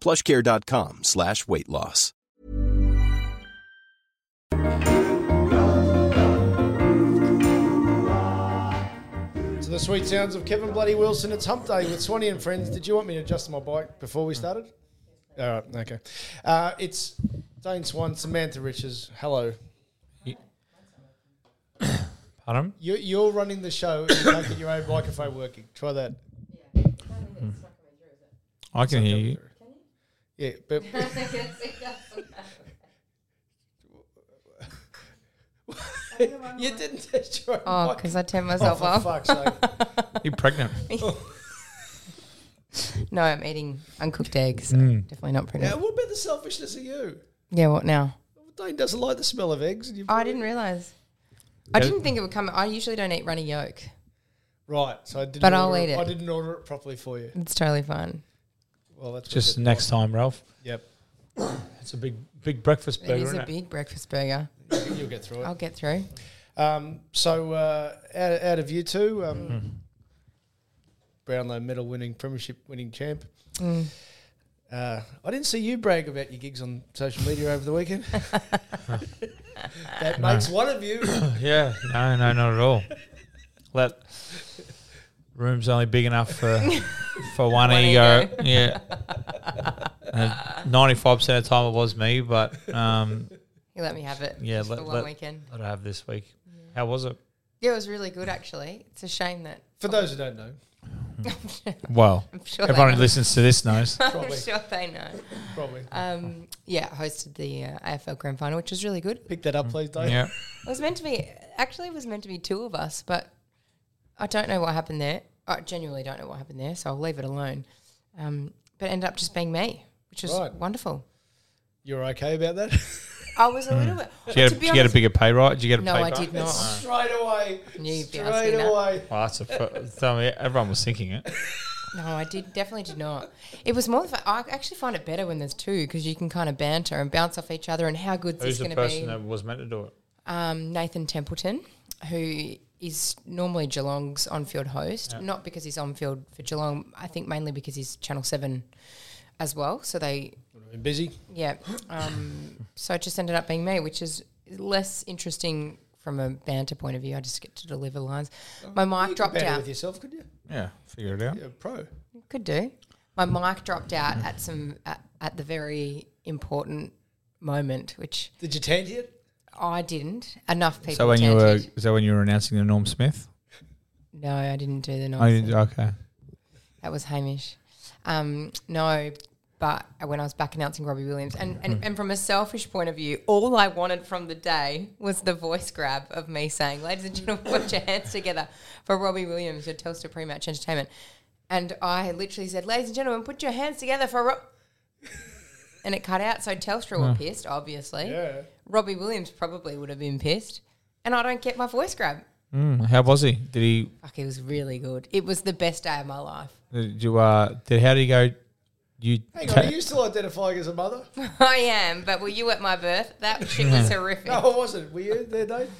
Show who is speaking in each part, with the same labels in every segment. Speaker 1: plushcare.com slash weight loss.
Speaker 2: To the sweet sounds of Kevin Bloody Wilson, it's Hump Day with Swanee and friends. Did you want me to adjust my bike before we started? All right, okay. Uh, it's Dane Swan, Samantha Riches. Hello.
Speaker 3: Pardon?
Speaker 2: You, you're running the show. and You don't get your own microphone working. Try that.
Speaker 3: I can hear you.
Speaker 2: Yeah, but you didn't test your own
Speaker 4: Oh,
Speaker 2: mic.
Speaker 4: because I turned
Speaker 2: Oh,
Speaker 4: myself
Speaker 2: for
Speaker 4: off.
Speaker 2: fuck's sake.
Speaker 3: You're pregnant.
Speaker 4: No, I'm eating uncooked eggs.
Speaker 3: Mm.
Speaker 4: Definitely not
Speaker 2: Now,
Speaker 4: pregnant.
Speaker 2: what about the selfishness of you?
Speaker 4: Yeah, what now?
Speaker 2: Dane doesn't like the smell of eggs. And you've
Speaker 4: Oh, I didn't realize. I didn't think it would come. I usually don't eat runny yolk.
Speaker 2: Right, so I didn't.
Speaker 4: But I'll
Speaker 2: order
Speaker 4: eat it.
Speaker 2: I didn't order it properly for you.
Speaker 4: It's totally fine.
Speaker 2: Well, that's
Speaker 3: Just
Speaker 2: wicked.
Speaker 3: next time, Ralph.
Speaker 2: Yep,
Speaker 3: It's a big, big breakfast burger.
Speaker 4: it is
Speaker 3: isn't
Speaker 4: a big breakfast burger.
Speaker 2: you'll get through it.
Speaker 4: I'll get through.
Speaker 2: Um, so uh, out, out of you two, um,
Speaker 3: Mm-hmm.
Speaker 2: Brownlow medal winning, premiership winning champ.
Speaker 4: Mm.
Speaker 2: Uh, I didn't see you brag about your gigs on social media over the weekend. that makes one of you.
Speaker 3: Yeah, no, no, not at all. That room's only big enough for for one,
Speaker 4: One
Speaker 3: ego.
Speaker 4: ego.
Speaker 3: Yeah. Ninety-five percent of the time it was me, but um,
Speaker 4: You let me have it.
Speaker 3: yeah,
Speaker 4: just
Speaker 3: let,
Speaker 4: for one
Speaker 3: let,
Speaker 4: weekend.
Speaker 3: let I have this week. How was it?
Speaker 4: Yeah, it was really good actually. It's a shame that
Speaker 2: For those who don't know,
Speaker 3: Well,
Speaker 4: sure they
Speaker 3: everyone who
Speaker 4: know.
Speaker 3: listens to this knows.
Speaker 4: I'm
Speaker 2: Probably.
Speaker 4: sure they know.
Speaker 2: probably
Speaker 4: Um, yeah, hosted the uh, AFL Grand Final, which was really good.
Speaker 2: pick that up, please, Dave.
Speaker 3: Mm. yeah,
Speaker 4: It was meant to be actually it was meant to be two of us, but I don't know what happened there. I genuinely don't know what happened there, so I'll leave it alone. Um, but it ended up just being me, which was
Speaker 2: Right.
Speaker 4: wonderful.
Speaker 2: You're okay about that?
Speaker 4: I was a little bit.
Speaker 3: did you, get
Speaker 4: to
Speaker 3: Hmm. a, did you
Speaker 4: be
Speaker 3: get a
Speaker 4: honest-
Speaker 3: bigger pay rise? Did you get a
Speaker 4: No,
Speaker 3: pay
Speaker 4: I
Speaker 3: rise?
Speaker 4: did not.
Speaker 2: straight away.
Speaker 4: Knew you'd be
Speaker 2: straight
Speaker 4: asking that.
Speaker 2: away.
Speaker 3: Well, that's a fu- so, yeah, everyone was thinking it.
Speaker 4: No, I did definitely did not. It was more. the fa- I actually find it better when there's two because you can kind of banter and bounce off each other. And how good's
Speaker 3: Who's
Speaker 4: this
Speaker 3: the
Speaker 4: going to
Speaker 3: person
Speaker 4: be?
Speaker 3: that was meant to do it?
Speaker 4: um, Nathan Templeton, who is normally Geelong's on-field host, not because he's on-field for Geelong. I think mainly because he's Channel Seven as well. So they,
Speaker 2: Been busy.
Speaker 4: yeah. Um, so it just ended up being me, which is less interesting from a banter point of view. I just get to deliver lines. My mic dropped
Speaker 2: Oh, Better
Speaker 4: out.
Speaker 2: with yourself, could you?
Speaker 3: Yeah, figure it out.
Speaker 2: Yeah, pro.
Speaker 4: Could do. My mic dropped out at some at, at the very important moment, which
Speaker 2: Did you tan yet?
Speaker 4: I didn't. Enough people.
Speaker 3: So when you were,
Speaker 4: chanted.
Speaker 3: is that when you were announcing the Norm Smith?
Speaker 4: no, I didn't do the.
Speaker 3: Oh,
Speaker 4: nonsense.
Speaker 3: you did- okay.
Speaker 4: That was Hamish. Um, no, but when I was back announcing Robbie Williams, and, and, and from a selfish point of view, all I wanted from the day was the voice grab of me saying, Ladies and gentlemen, put your hands together for Robbie Williams, your Telstra pre match entertainment. And I literally said, Ladies and gentlemen, put your hands together for Rob. And it cut out. So Telstra were pissed, obviously.
Speaker 2: Yeah.
Speaker 4: Robbie Williams probably would have been pissed. And I don't get my voice grab.
Speaker 2: Hmm.
Speaker 3: Mm, how was he? Did he?
Speaker 4: Fuck, it was really good. It was the best day of my life.
Speaker 3: Did you? Uh, did how did he go? You
Speaker 2: Hang on,
Speaker 3: ca-
Speaker 2: are you still identifying as a mother?
Speaker 4: I am, but were you at my birth? That shit was horrific.
Speaker 2: No, I Oh, wasn't. Were you there, Dave?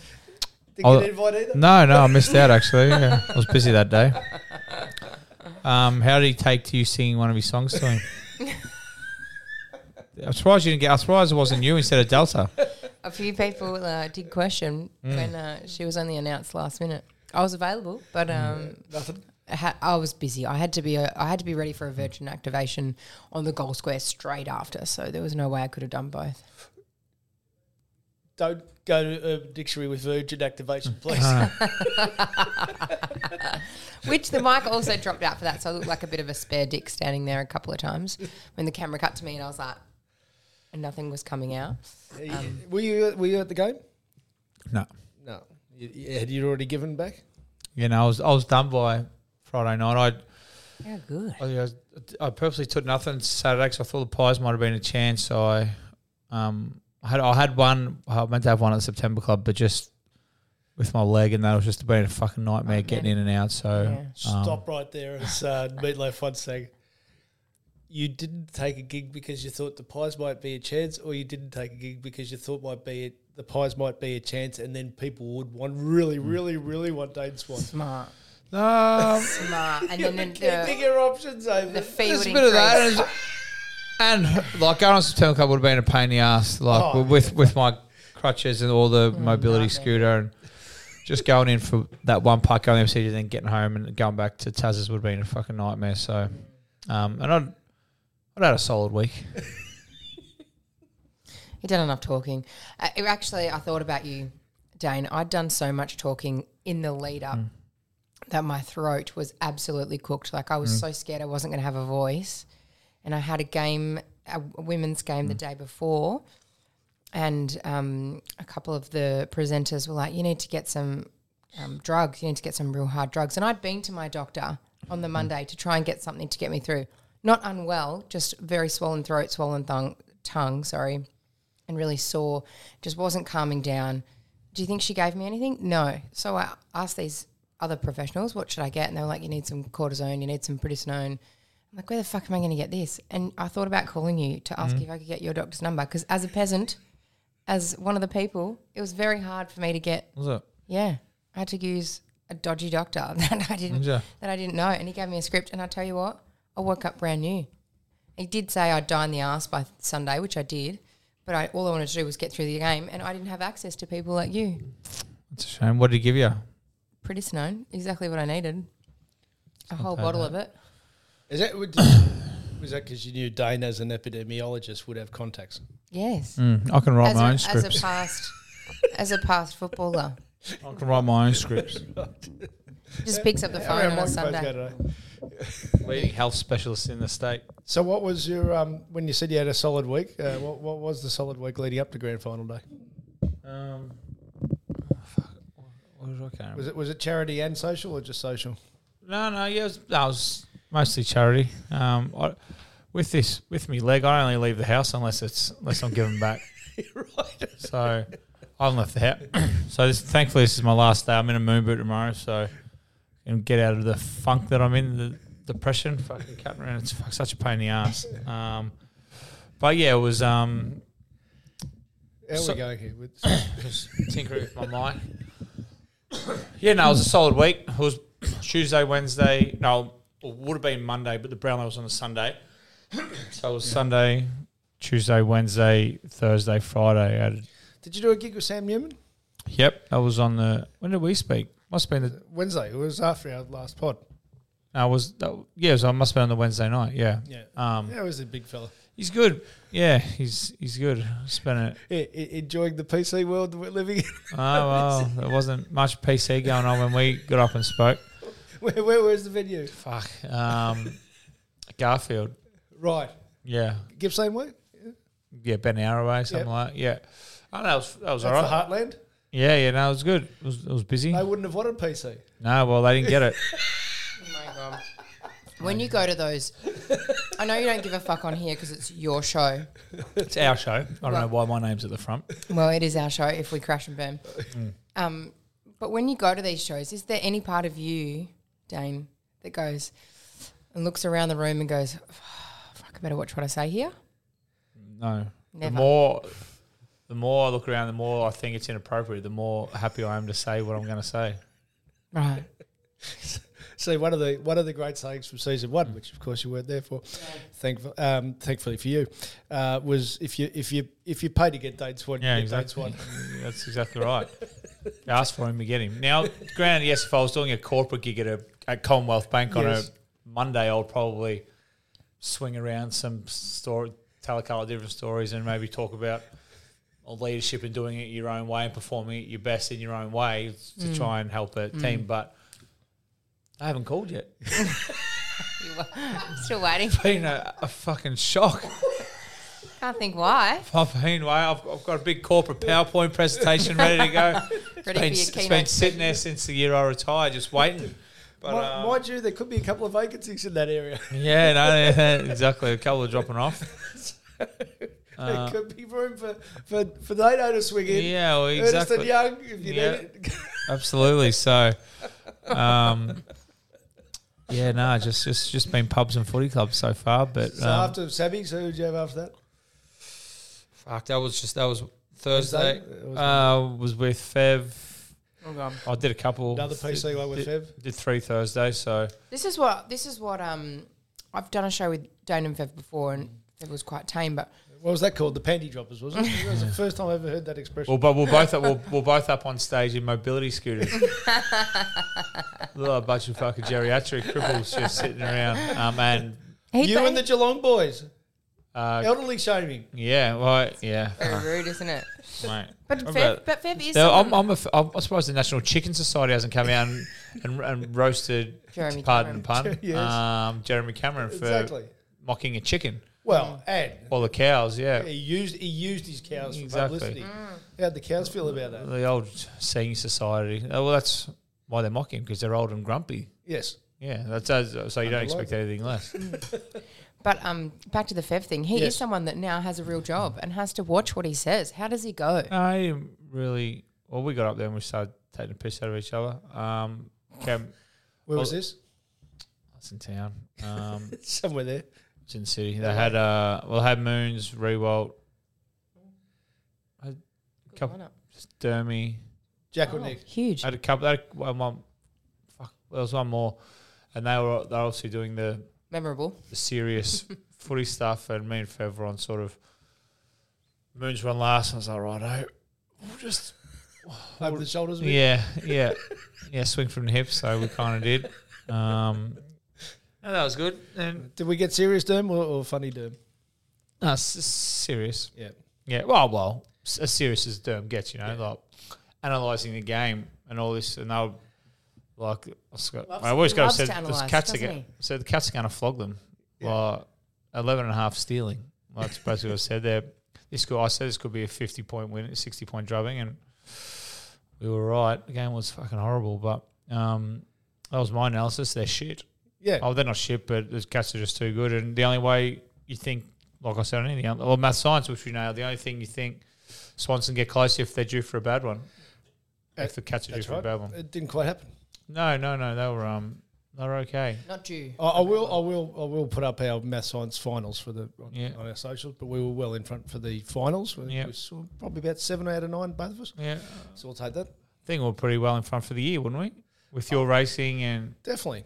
Speaker 2: Did
Speaker 3: Oh,
Speaker 2: you get invite either?
Speaker 3: no, no, I missed out actually. Yeah, I was busy that day. Um, how did he take to you singing one of his songs to him? I'm surprised you didn't get. I'm surprised it wasn't you instead of Delta.
Speaker 4: A few people uh, did question
Speaker 3: Mm.
Speaker 4: when uh, she was only announced last minute. I was available,
Speaker 3: Mm.
Speaker 4: but um, I, had, I was busy. I had to be. uh, I had to be ready for a Virgin activation on the goal square straight after, so there was no way I could have done both.
Speaker 2: Don't go to a dictionary with virgin activation, please.
Speaker 4: Which the mic also dropped out for that, so I looked like a bit of a spare dick standing there a couple of times when the camera cut to me, and I was like, and nothing was coming out.
Speaker 2: were you were you at the game?
Speaker 3: No,
Speaker 2: No. You, you- had you already given back?
Speaker 3: you know, I was I was done by Friday night. I
Speaker 4: Yeah, good.
Speaker 3: I, I, I purposely took nothing Saturday because I thought the pies might have been a chance. So I, um, I had I had one. I meant to have one at the September Club, but just with my leg, and that was just been a fucking nightmare getting in and out. So um,
Speaker 2: Stop right there, as uh, Meatloaf once sang. You didn't take a gig because you thought the pies might be a chance, or you didn't take a gig because you thought might be it, the pies might be a chance, and then people would one really,
Speaker 3: Hmm.
Speaker 2: really, really want Dane Swan.
Speaker 4: Smart,
Speaker 3: um,
Speaker 4: smart, and then, then
Speaker 2: Keeping
Speaker 4: the,
Speaker 2: your options open.
Speaker 4: the fee
Speaker 3: there's
Speaker 4: would
Speaker 3: a bit of that, and,
Speaker 4: increase.
Speaker 3: it's- and, like going on September Club would have been a pain in the ass. Like
Speaker 2: Oh.
Speaker 3: with with my crutches and all
Speaker 4: Mm,
Speaker 3: the mobility scooter and. Just going in for that one part, going to MCG, and then getting home and going back to Taz's would have been a fucking nightmare. So, um, and I'd, I'd had a solid week.
Speaker 4: You done enough talking. Uh, it- actually, I thought about you, Dane. I'd done so much talking in the lead up that my throat was absolutely cooked. Like I was so scared I wasn't going to have a voice. And I had a game, a w- a women's game the day before. And um, a couple of the presenters were like, you need to get some um, drugs. You need to get some real hard drugs. And I'd been to my doctor on the Monday to try and get something to get me through. Not unwell, just very swollen throat, swollen thung- tongue, sorry and really sore, just wasn't calming down. Do you think she gave me anything? No. So I asked these other professionals, what should I get? And they were like, you need some cortisone, you need some prednisone. I'm like, where the fuck am I going to get this? And I thought about calling you to ask if I could get your doctor's number because as a peasant, as one of the people, it was very hard for me to get.
Speaker 3: Was it?
Speaker 4: Yeah, I had to use a dodgy doctor that I didn't
Speaker 3: Yeah.
Speaker 4: that I didn't know, and he gave me a script. And I tell you what, I woke up brand new. He did say I'd die in the ass by Sunday, which I did, but I, all I wanted to do was get through the game, and I didn't have access to people like you.
Speaker 3: It's a shame. What did he give you?
Speaker 4: Pretty snow, exactly what I needed. A whole bottle of it.
Speaker 2: Is that would- was that because you knew Dane as an epidemiologist would have contacts?
Speaker 4: Yes,
Speaker 3: I can write my
Speaker 4: as,
Speaker 3: Mm. own
Speaker 4: a, as
Speaker 3: scripts.
Speaker 4: a past, as a past footballer,
Speaker 3: I can write my own scripts.
Speaker 4: just picks up the
Speaker 2: How many
Speaker 4: phone on a
Speaker 2: microphones
Speaker 4: Sunday.
Speaker 2: go today?
Speaker 3: Leading health specialist in the state.
Speaker 2: So, what was your um, when you said you had a solid week? Uh, what, what was the solid week leading up to grand final day?
Speaker 3: Um, fuck, what did I carry?
Speaker 2: Was it was it charity and social or just social?
Speaker 3: No, no, yeah, it was, no, it was mostly charity. Um, I, with this, with me leg, I only leave the house unless it's unless I'm given back. right. So I haven't left the house. so this, thankfully, this is my last day. I'm in a moon boot tomorrow, so and get out of the funk that I'm in, the depression. Fucking cutting around, it's fuck, such a pain in the ass. Um, but yeah, it was. Um,
Speaker 2: How
Speaker 3: So-
Speaker 2: we going here? With,
Speaker 3: just tinkering with my mic. Yeah, no, it was a solid week. It was Tuesday, Wednesday. No, it would have been Monday, but the Brownlow was on a Sunday. So it was Sunday, Tuesday, Wednesday, Thursday, Friday. I had,
Speaker 2: did you do a gig with Sam Newman
Speaker 3: yep, that was on the. When did we speak? Must have been the.
Speaker 2: Wednesday? It was after our last pod.
Speaker 3: No, it was that, yeah, so it must have been on the Wednesday night. Yeah,
Speaker 2: Yeah,
Speaker 3: Um,
Speaker 2: that was a big fella.
Speaker 3: he's good. Yeah, he's he's good. Spent it.
Speaker 2: Yeah, e- enjoying the PC world that we're living in.
Speaker 3: Oh well, there wasn't much PC going on when we got up and spoke.
Speaker 2: where, where where's the venue?
Speaker 3: Fuck. Um, Garfield.
Speaker 2: Right,
Speaker 3: Yeah.
Speaker 2: Gippsland Way.
Speaker 3: Yeah, about an hour away,
Speaker 2: Yep.
Speaker 3: something like Yeah. Oh, that was that was all
Speaker 2: That's
Speaker 3: right.
Speaker 2: the Heartland.
Speaker 3: Yeah, yeah, no, it was good. It was, it was busy.
Speaker 2: They wouldn't have wanted PC.
Speaker 3: No, well, they didn't get it.
Speaker 4: Oh my god. When you go to those, I know you don't give a fuck on here because it's your show.
Speaker 3: It's our show. I don't know why my name's at the front.
Speaker 4: Well, it is our show if we crash and burn. Um, but when you go to these shows, is there any part of you, Dane, that goes and looks around the room and goes, "Oh, fuck, I better watch what I say here?
Speaker 3: No.
Speaker 4: Never.
Speaker 3: The more the more I look around, the more I think it's inappropriate, the more happy I am to say what I'm going to say.
Speaker 4: Right.
Speaker 2: See, one of the one of the great sayings from season one, which of course you weren't there for, thankful, um, thankfully for you, uh, was if you if you if you pay to get dates one,
Speaker 3: Yeah,
Speaker 2: you get
Speaker 3: exactly.
Speaker 2: dates
Speaker 3: That's exactly right. You ask for him, you get him. Now, granted, yes, if I was doing a corporate gig at a at Commonwealth Bank on
Speaker 2: Yes.
Speaker 3: a Monday, I'll probably swing around some story, tell a couple of different stories, and maybe talk about leadership and doing it your own way and performing at your best in your own way to try and help a team. But I haven't called yet.
Speaker 4: You wa- I'm still waiting.
Speaker 3: Been a, a fucking shock.
Speaker 4: Can't think why.
Speaker 3: I've been way. I've, I've got a big corporate PowerPoint presentation ready to go. been,
Speaker 4: Ready for your
Speaker 3: it's been
Speaker 4: keynote.
Speaker 3: sitting there since the year I retired, just waiting. But
Speaker 2: one.
Speaker 3: um,
Speaker 2: Mind you, there could be a couple of vacancies in that area.
Speaker 3: yeah, no, yeah, exactly. A couple are dropping off.
Speaker 2: there could be room for for for NATO to swing in.
Speaker 3: Uh, Yeah, well,
Speaker 2: Ernest and
Speaker 3: exactly.
Speaker 2: Young, if you
Speaker 3: Yeah.
Speaker 2: need it.
Speaker 3: Absolutely. So, um, yeah, no, just just just been pubs and footy clubs so far. But
Speaker 2: So
Speaker 3: um,
Speaker 2: after Sammy, so who'd you have after that?
Speaker 3: fuck, that was just that was Thursday.
Speaker 2: Thursday? It was-
Speaker 3: uh, was with Fev.
Speaker 4: Oh, God.
Speaker 3: I did a couple.
Speaker 2: Another PC one with Fev.
Speaker 3: Did three Thursdays. So
Speaker 4: This is what this is what um I've done a show with Dane and Fev before, and Fev was quite tame, but
Speaker 2: What was that called? The panty droppers, wasn't it? That was the first time I ever heard that expression.
Speaker 3: Well, but we're both up, we're, we're both up on stage in mobility scooters. Little bunch of fucking geriatric cripples just sitting around. Um, and
Speaker 4: he
Speaker 2: you and the Geelong boys,
Speaker 3: uh,
Speaker 2: elderly shaming.
Speaker 3: yeah, well, yeah,
Speaker 4: very rude, isn't it?
Speaker 3: mate.
Speaker 4: But
Speaker 3: What
Speaker 4: Fev,
Speaker 3: about-
Speaker 4: but Fev is
Speaker 3: No, I'm,
Speaker 4: someone-
Speaker 3: I'm, a, f- I'm I'm surprised the National Chicken Society hasn't come out and, and, and roasted,
Speaker 4: Jeremy
Speaker 3: pardon the pun,
Speaker 2: Yes.
Speaker 3: um, Jeremy Cameron for
Speaker 2: Exactly.
Speaker 3: mocking a chicken
Speaker 2: Well, and
Speaker 3: or the cows. Yeah,
Speaker 2: he used he used his cows for
Speaker 3: Mm. Exactly. Mm.
Speaker 2: publicity. How'd the cows feel about that?
Speaker 3: the old senior society. Oh, well, that's why they're mocking because they're old and grumpy.
Speaker 2: Yes.
Speaker 3: Yeah, that's that's- so you don't expect anything less.
Speaker 4: But um, back to the Fev thing. He
Speaker 2: Yes.
Speaker 4: is someone that now has a real job and has to watch what he says. How does he go?
Speaker 3: I am really well. We got up there and we started taking a piss out of each other. Um, Cam,
Speaker 2: Where was
Speaker 3: Well-
Speaker 2: this?
Speaker 3: I was in town. Um, it
Speaker 2: Somewhere there.
Speaker 3: was in the city. They had uh, well, they had Moons, Rewalt, had a couple,
Speaker 4: lineup.
Speaker 3: Dermy.
Speaker 2: Jack or Nick?
Speaker 4: Huge.
Speaker 3: Had a couple. Had a, one, one, fuck, there was one more, and they were they're obviously doing the
Speaker 4: Memorable.
Speaker 3: the serious footy stuff, and me and Fev were on sort of Moons run last. And I was like, right, we'll just
Speaker 2: Over the shoulders. a bit?
Speaker 3: Yeah, yeah, yeah. Swing from the hip. So we kind of did. Um, no, that was good. And
Speaker 2: Did we get serious derm or, or funny derm?
Speaker 3: no, it's s- serious.
Speaker 2: Yeah.
Speaker 3: Yeah. Well, well, s- as serious as Derm gets, you know, like analyzing the game and all this, and they'll like I s- got- I always got
Speaker 4: loves
Speaker 3: said
Speaker 4: to
Speaker 3: this
Speaker 4: analyse,
Speaker 3: cats are
Speaker 4: doesn't
Speaker 3: go-
Speaker 4: he?
Speaker 3: so the cats are going to flog them. Like 11 and a half stealing. Like that's basically what I said there. This could, I said this could be a 50 point win, 60 point drubbing, and we were right. The game was fucking horrible, but um, that was my analysis. They're shit.
Speaker 2: Yeah.
Speaker 3: Oh, they're not shit, but the cats are just too good. And the only way you think, like I said, on anything, else- well, math science, which we know, the only thing you think Swanson get close if they're due for a bad one. If the cats are due
Speaker 2: Uh, That's
Speaker 3: for a
Speaker 2: right.
Speaker 3: bad one.
Speaker 2: It didn't quite happen.
Speaker 3: No, no, no. They were um, they were okay.
Speaker 4: Not due.
Speaker 2: I, I will. I will. I will put up our math science finals for the on,
Speaker 3: Yeah.
Speaker 2: on our socials. But we were well in front for the finals. We-
Speaker 3: Yeah.
Speaker 2: we saw probably about seven out of nine, both of us.
Speaker 3: Yeah,
Speaker 2: So we'll take that.
Speaker 3: I think we were pretty well in front for the year, wouldn't we? With
Speaker 2: Oh.
Speaker 3: your racing and
Speaker 2: Definitely.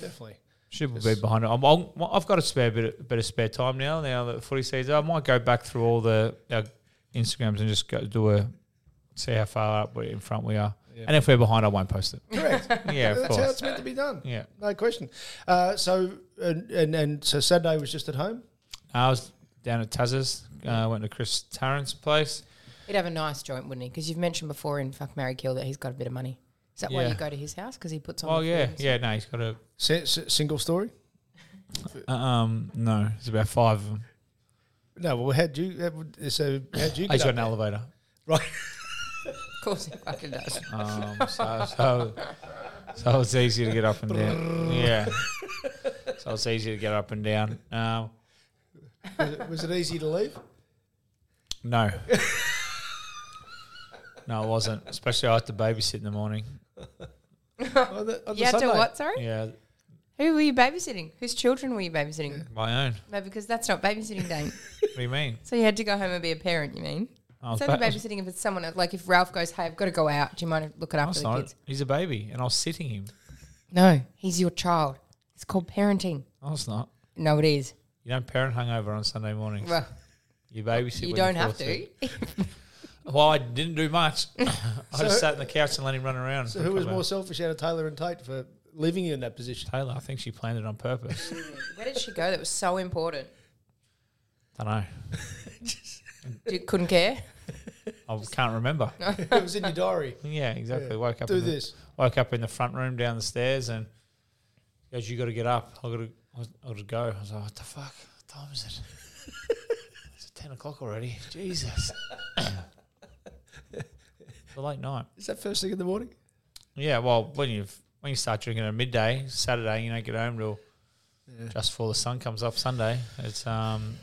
Speaker 2: Definitely.
Speaker 3: Should be behind it. I'm, I'm, I've got a spare bit, of, bit of spare time now. Now that the footy season, I might go back through all the our Instagrams and just go do a see how far up we're in front we are. And if we're behind, I won't post it.
Speaker 2: Correct.
Speaker 3: Yeah, of
Speaker 2: That's how it's
Speaker 3: course.
Speaker 2: meant to be done.
Speaker 3: Yeah,
Speaker 2: No question. Uh, so and, and and so Saturday was just at home.
Speaker 3: I was down at Taz's. Uh, went to Chris Tarrant's place.
Speaker 4: He'd have a nice joint, wouldn't he? Because you've mentioned before in Fuck Mary Kill that he's got a bit of money. Is that why
Speaker 3: Yeah.
Speaker 4: you go to his house? Because he puts on.
Speaker 3: Oh
Speaker 4: the
Speaker 3: yeah,
Speaker 4: food and
Speaker 3: yeah. No, he's got a
Speaker 2: Si- si- single story.
Speaker 3: uh, um. No, there's about five of them.
Speaker 2: No, well, how'd you? that would- So how'd you? Get
Speaker 3: I just got
Speaker 2: up
Speaker 3: an
Speaker 2: there?
Speaker 3: elevator.
Speaker 2: Right.
Speaker 4: stuff? Of course, he fucking does.
Speaker 3: Um, so, so, so it's easy to get up and down. Yeah. So it's easy to get up and down. Um,
Speaker 2: Was it, was it easy to leave?
Speaker 3: no. No, it wasn't. Especially I had to babysit in the morning.
Speaker 2: On the, on the
Speaker 4: You had to
Speaker 2: Sunday?
Speaker 4: what? Sorry,
Speaker 3: Yeah,
Speaker 4: who were you babysitting? Whose children were you babysitting?
Speaker 3: my own.
Speaker 4: No, because that's not babysitting, Dane.
Speaker 3: What do you mean?
Speaker 4: so you had to go home and be a parent. You mean?
Speaker 3: I was
Speaker 4: It's only
Speaker 3: ba- I was-
Speaker 4: babysitting if it's someone else. Like if Ralph goes, "Hey, I've got to go out. Do you mind looking
Speaker 3: I
Speaker 4: after
Speaker 3: was
Speaker 4: the
Speaker 3: not.
Speaker 4: kids?"
Speaker 3: He's a baby, and I was sitting him.
Speaker 4: No, he's your child. It's called parenting.
Speaker 3: No, it's not.
Speaker 4: No, it is.
Speaker 3: You don't parent hungover on Sunday mornings.
Speaker 4: Well,
Speaker 3: you babysit.
Speaker 4: you
Speaker 3: when
Speaker 4: don't
Speaker 3: you're
Speaker 4: have
Speaker 3: 14.
Speaker 4: to.
Speaker 3: Well, I didn't do much. I just sat on the couch and let him run around.
Speaker 2: So
Speaker 3: for a
Speaker 2: who was
Speaker 3: couple
Speaker 2: more
Speaker 3: hours.
Speaker 2: selfish out of Taylor and Tate for leaving you in that position?
Speaker 3: Taylor? I think she planned it on purpose.
Speaker 4: Where did she go? That was so important.
Speaker 3: don't know.
Speaker 4: You couldn't care.
Speaker 3: I can't remember.
Speaker 2: it was in your diary.
Speaker 3: Yeah, exactly. Woke up.
Speaker 2: Do
Speaker 3: in the-
Speaker 2: this.
Speaker 3: woke up in the front room down the stairs and he goes, "You got to get up. I got to, I got to go." I was like, "What the fuck? What time is it? it's ten o'clock already. Jesus." It's a late night.
Speaker 2: Is that first thing in the morning?
Speaker 3: Yeah, well, when you when you start drinking at midday Saturday, you don't get home till just before the sun comes up Sunday. It's um,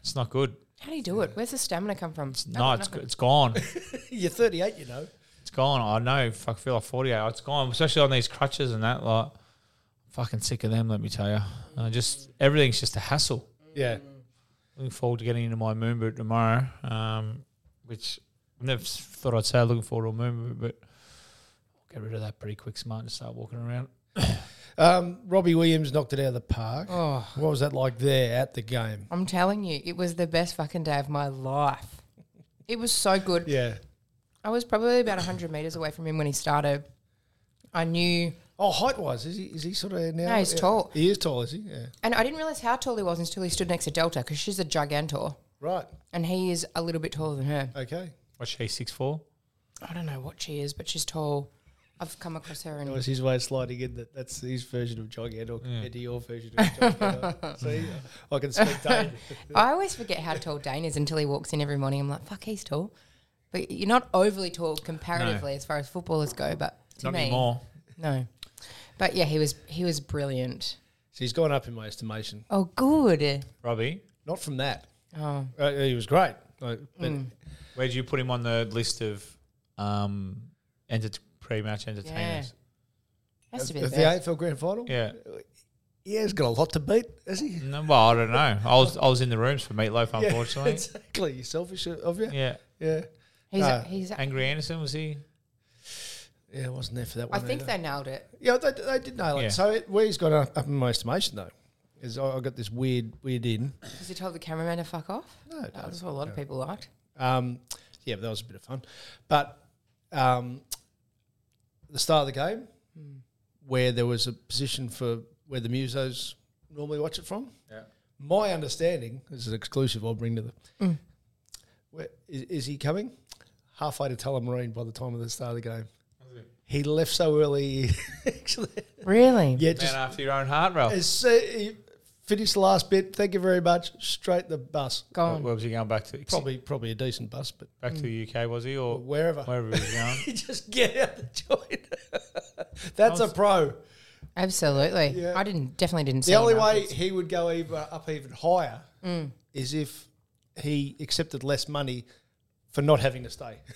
Speaker 3: it's not good.
Speaker 4: How do you do it? Where's the stamina come from?
Speaker 3: No, it's it's gone.
Speaker 2: You're 38, you know.
Speaker 3: It's gone. I know. Fuck, I feel like 48. It's gone, especially on these crutches and that. Like, fucking sick of them, let me tell you. Uh, just everything's just a hassle.
Speaker 2: Yeah.
Speaker 3: Looking forward to getting into my moon boot tomorrow, um, which I never s- thought I'd say looking forward to a moon boot, but I'll get rid of that pretty quick smart and start walking around.
Speaker 2: Um, Robbie Williams knocked it out of the park.
Speaker 4: Oh.
Speaker 2: What was that like there at the game?
Speaker 4: I'm telling you, it was the best fucking day of my life. It was so good.
Speaker 2: Yeah.
Speaker 4: I was probably about 100 meters away from him when he started. I knew,
Speaker 2: Oh, height wise, is he is he sort of now?
Speaker 4: No, he's
Speaker 2: yeah.
Speaker 4: tall.
Speaker 2: He is tall, is he? Yeah.
Speaker 4: and I didn't realize how tall he was until he stood next to Delta because she's a gigantor
Speaker 2: Right.
Speaker 4: and he is a little bit taller than her.
Speaker 2: Okay.
Speaker 3: What's she, 6'4?
Speaker 4: I don't know what she is, but she's tall. I've come across her
Speaker 2: That
Speaker 4: and
Speaker 2: was his way of sliding in. That that's his version of Gigantor compared to your version of Gigantor. See, I can speak Dane.
Speaker 4: I always forget how tall Dane is until he walks in every morning. I'm like, fuck, he's tall. But you're not overly tall comparatively as far as footballers go, but to
Speaker 3: Not
Speaker 4: me,
Speaker 3: anymore.
Speaker 4: no. But yeah, he was he was brilliant.
Speaker 2: So he's gone up in my estimation.
Speaker 4: Oh, good.
Speaker 3: Robbie,
Speaker 2: Not from that.
Speaker 4: Oh,
Speaker 2: Uh, he was great. Like, but
Speaker 4: Mm.
Speaker 3: where would you put him on the list of um, entert- pre match entertainers?
Speaker 4: has to be
Speaker 2: the
Speaker 4: the best.
Speaker 2: AFL Grand Final.
Speaker 3: Yeah. Mm,
Speaker 2: Yeah, he's got a lot to beat, has he?
Speaker 3: No, well, I don't know. I was I was in the rooms for Meatloaf, unfortunately.
Speaker 2: exactly. You're selfish of you.
Speaker 3: yeah.
Speaker 2: Yeah.
Speaker 4: He's,
Speaker 2: No.
Speaker 4: he's. I
Speaker 3: Angry Anderson was he?
Speaker 2: Yeah, I wasn't there for that one.
Speaker 4: think
Speaker 2: either.
Speaker 4: they nailed it.
Speaker 2: Yeah, they, they did nail it.
Speaker 3: Yeah.
Speaker 2: So it, where he's got up, up in my estimation though, is I, I got this weird, weird in.
Speaker 4: Because he told the cameraman to fuck off.
Speaker 2: No, it
Speaker 4: That was what a lot of people liked.
Speaker 2: Um, yeah, but that was a bit of fun. But um, the start of the game, where there was a position for where the musos normally watch it from.
Speaker 3: Yeah.
Speaker 2: My understanding this is an exclusive. I'll bring to the. Where, is, is he coming? Halfway to Tullamarine by the time of the start of the game. He left so early. actually,
Speaker 4: Really?
Speaker 2: yeah,
Speaker 3: Man
Speaker 2: just
Speaker 3: after your own heart, Ralph.
Speaker 2: as so- he finished the last bit. Thank you very much. Straight the bus.
Speaker 4: Gone.
Speaker 3: Where was he going back to?
Speaker 2: Probably, probably a decent bus, but
Speaker 3: back to the UK was he or
Speaker 2: wherever.
Speaker 3: wherever he was going?
Speaker 2: You just get out the joint. That's a pro.
Speaker 4: Absolutely.
Speaker 2: Yeah.
Speaker 4: I didn't. Definitely didn't. see
Speaker 2: The only
Speaker 4: him
Speaker 2: way
Speaker 4: afterwards.
Speaker 2: he would go even up even higher is if he accepted less money for not having to stay.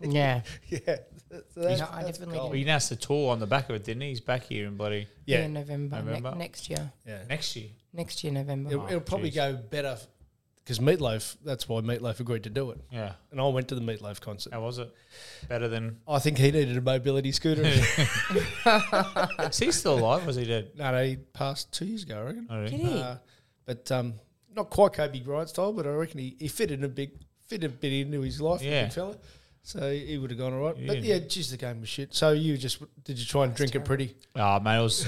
Speaker 4: Yeah.
Speaker 2: yeah, so that's,
Speaker 4: No, I
Speaker 2: that's
Speaker 4: definitely
Speaker 2: gold.
Speaker 3: Well, he announced the tour on the back of it, didn't he? He's back here in bloody
Speaker 4: Yeah.
Speaker 2: Yeah,
Speaker 4: November. Ne-
Speaker 3: November.
Speaker 4: next year.
Speaker 2: yeah.
Speaker 3: next year.
Speaker 4: Next year, November.
Speaker 2: It'll, it'll probably go better because Meatloaf. That's why Meatloaf agreed to do it,
Speaker 3: Yeah.
Speaker 2: and I went to the Meatloaf concert.
Speaker 3: How was it? Better than
Speaker 2: I think he needed a mobility scooter.
Speaker 3: Is he still alive? Was he dead?
Speaker 2: no, no, he passed two years ago, I reckon.
Speaker 3: No,
Speaker 4: Did
Speaker 3: he-
Speaker 4: he?
Speaker 2: Uh, but um, not quite Kobe Bryant style, but I reckon he, he fit in a big fit a bit into his life, the
Speaker 3: Yeah.
Speaker 2: big fella. So he would have gone all right. But
Speaker 3: Yeah.
Speaker 2: yeah, geez, the game was shit. So you just did you try and drink it pretty?
Speaker 3: Oh man, it was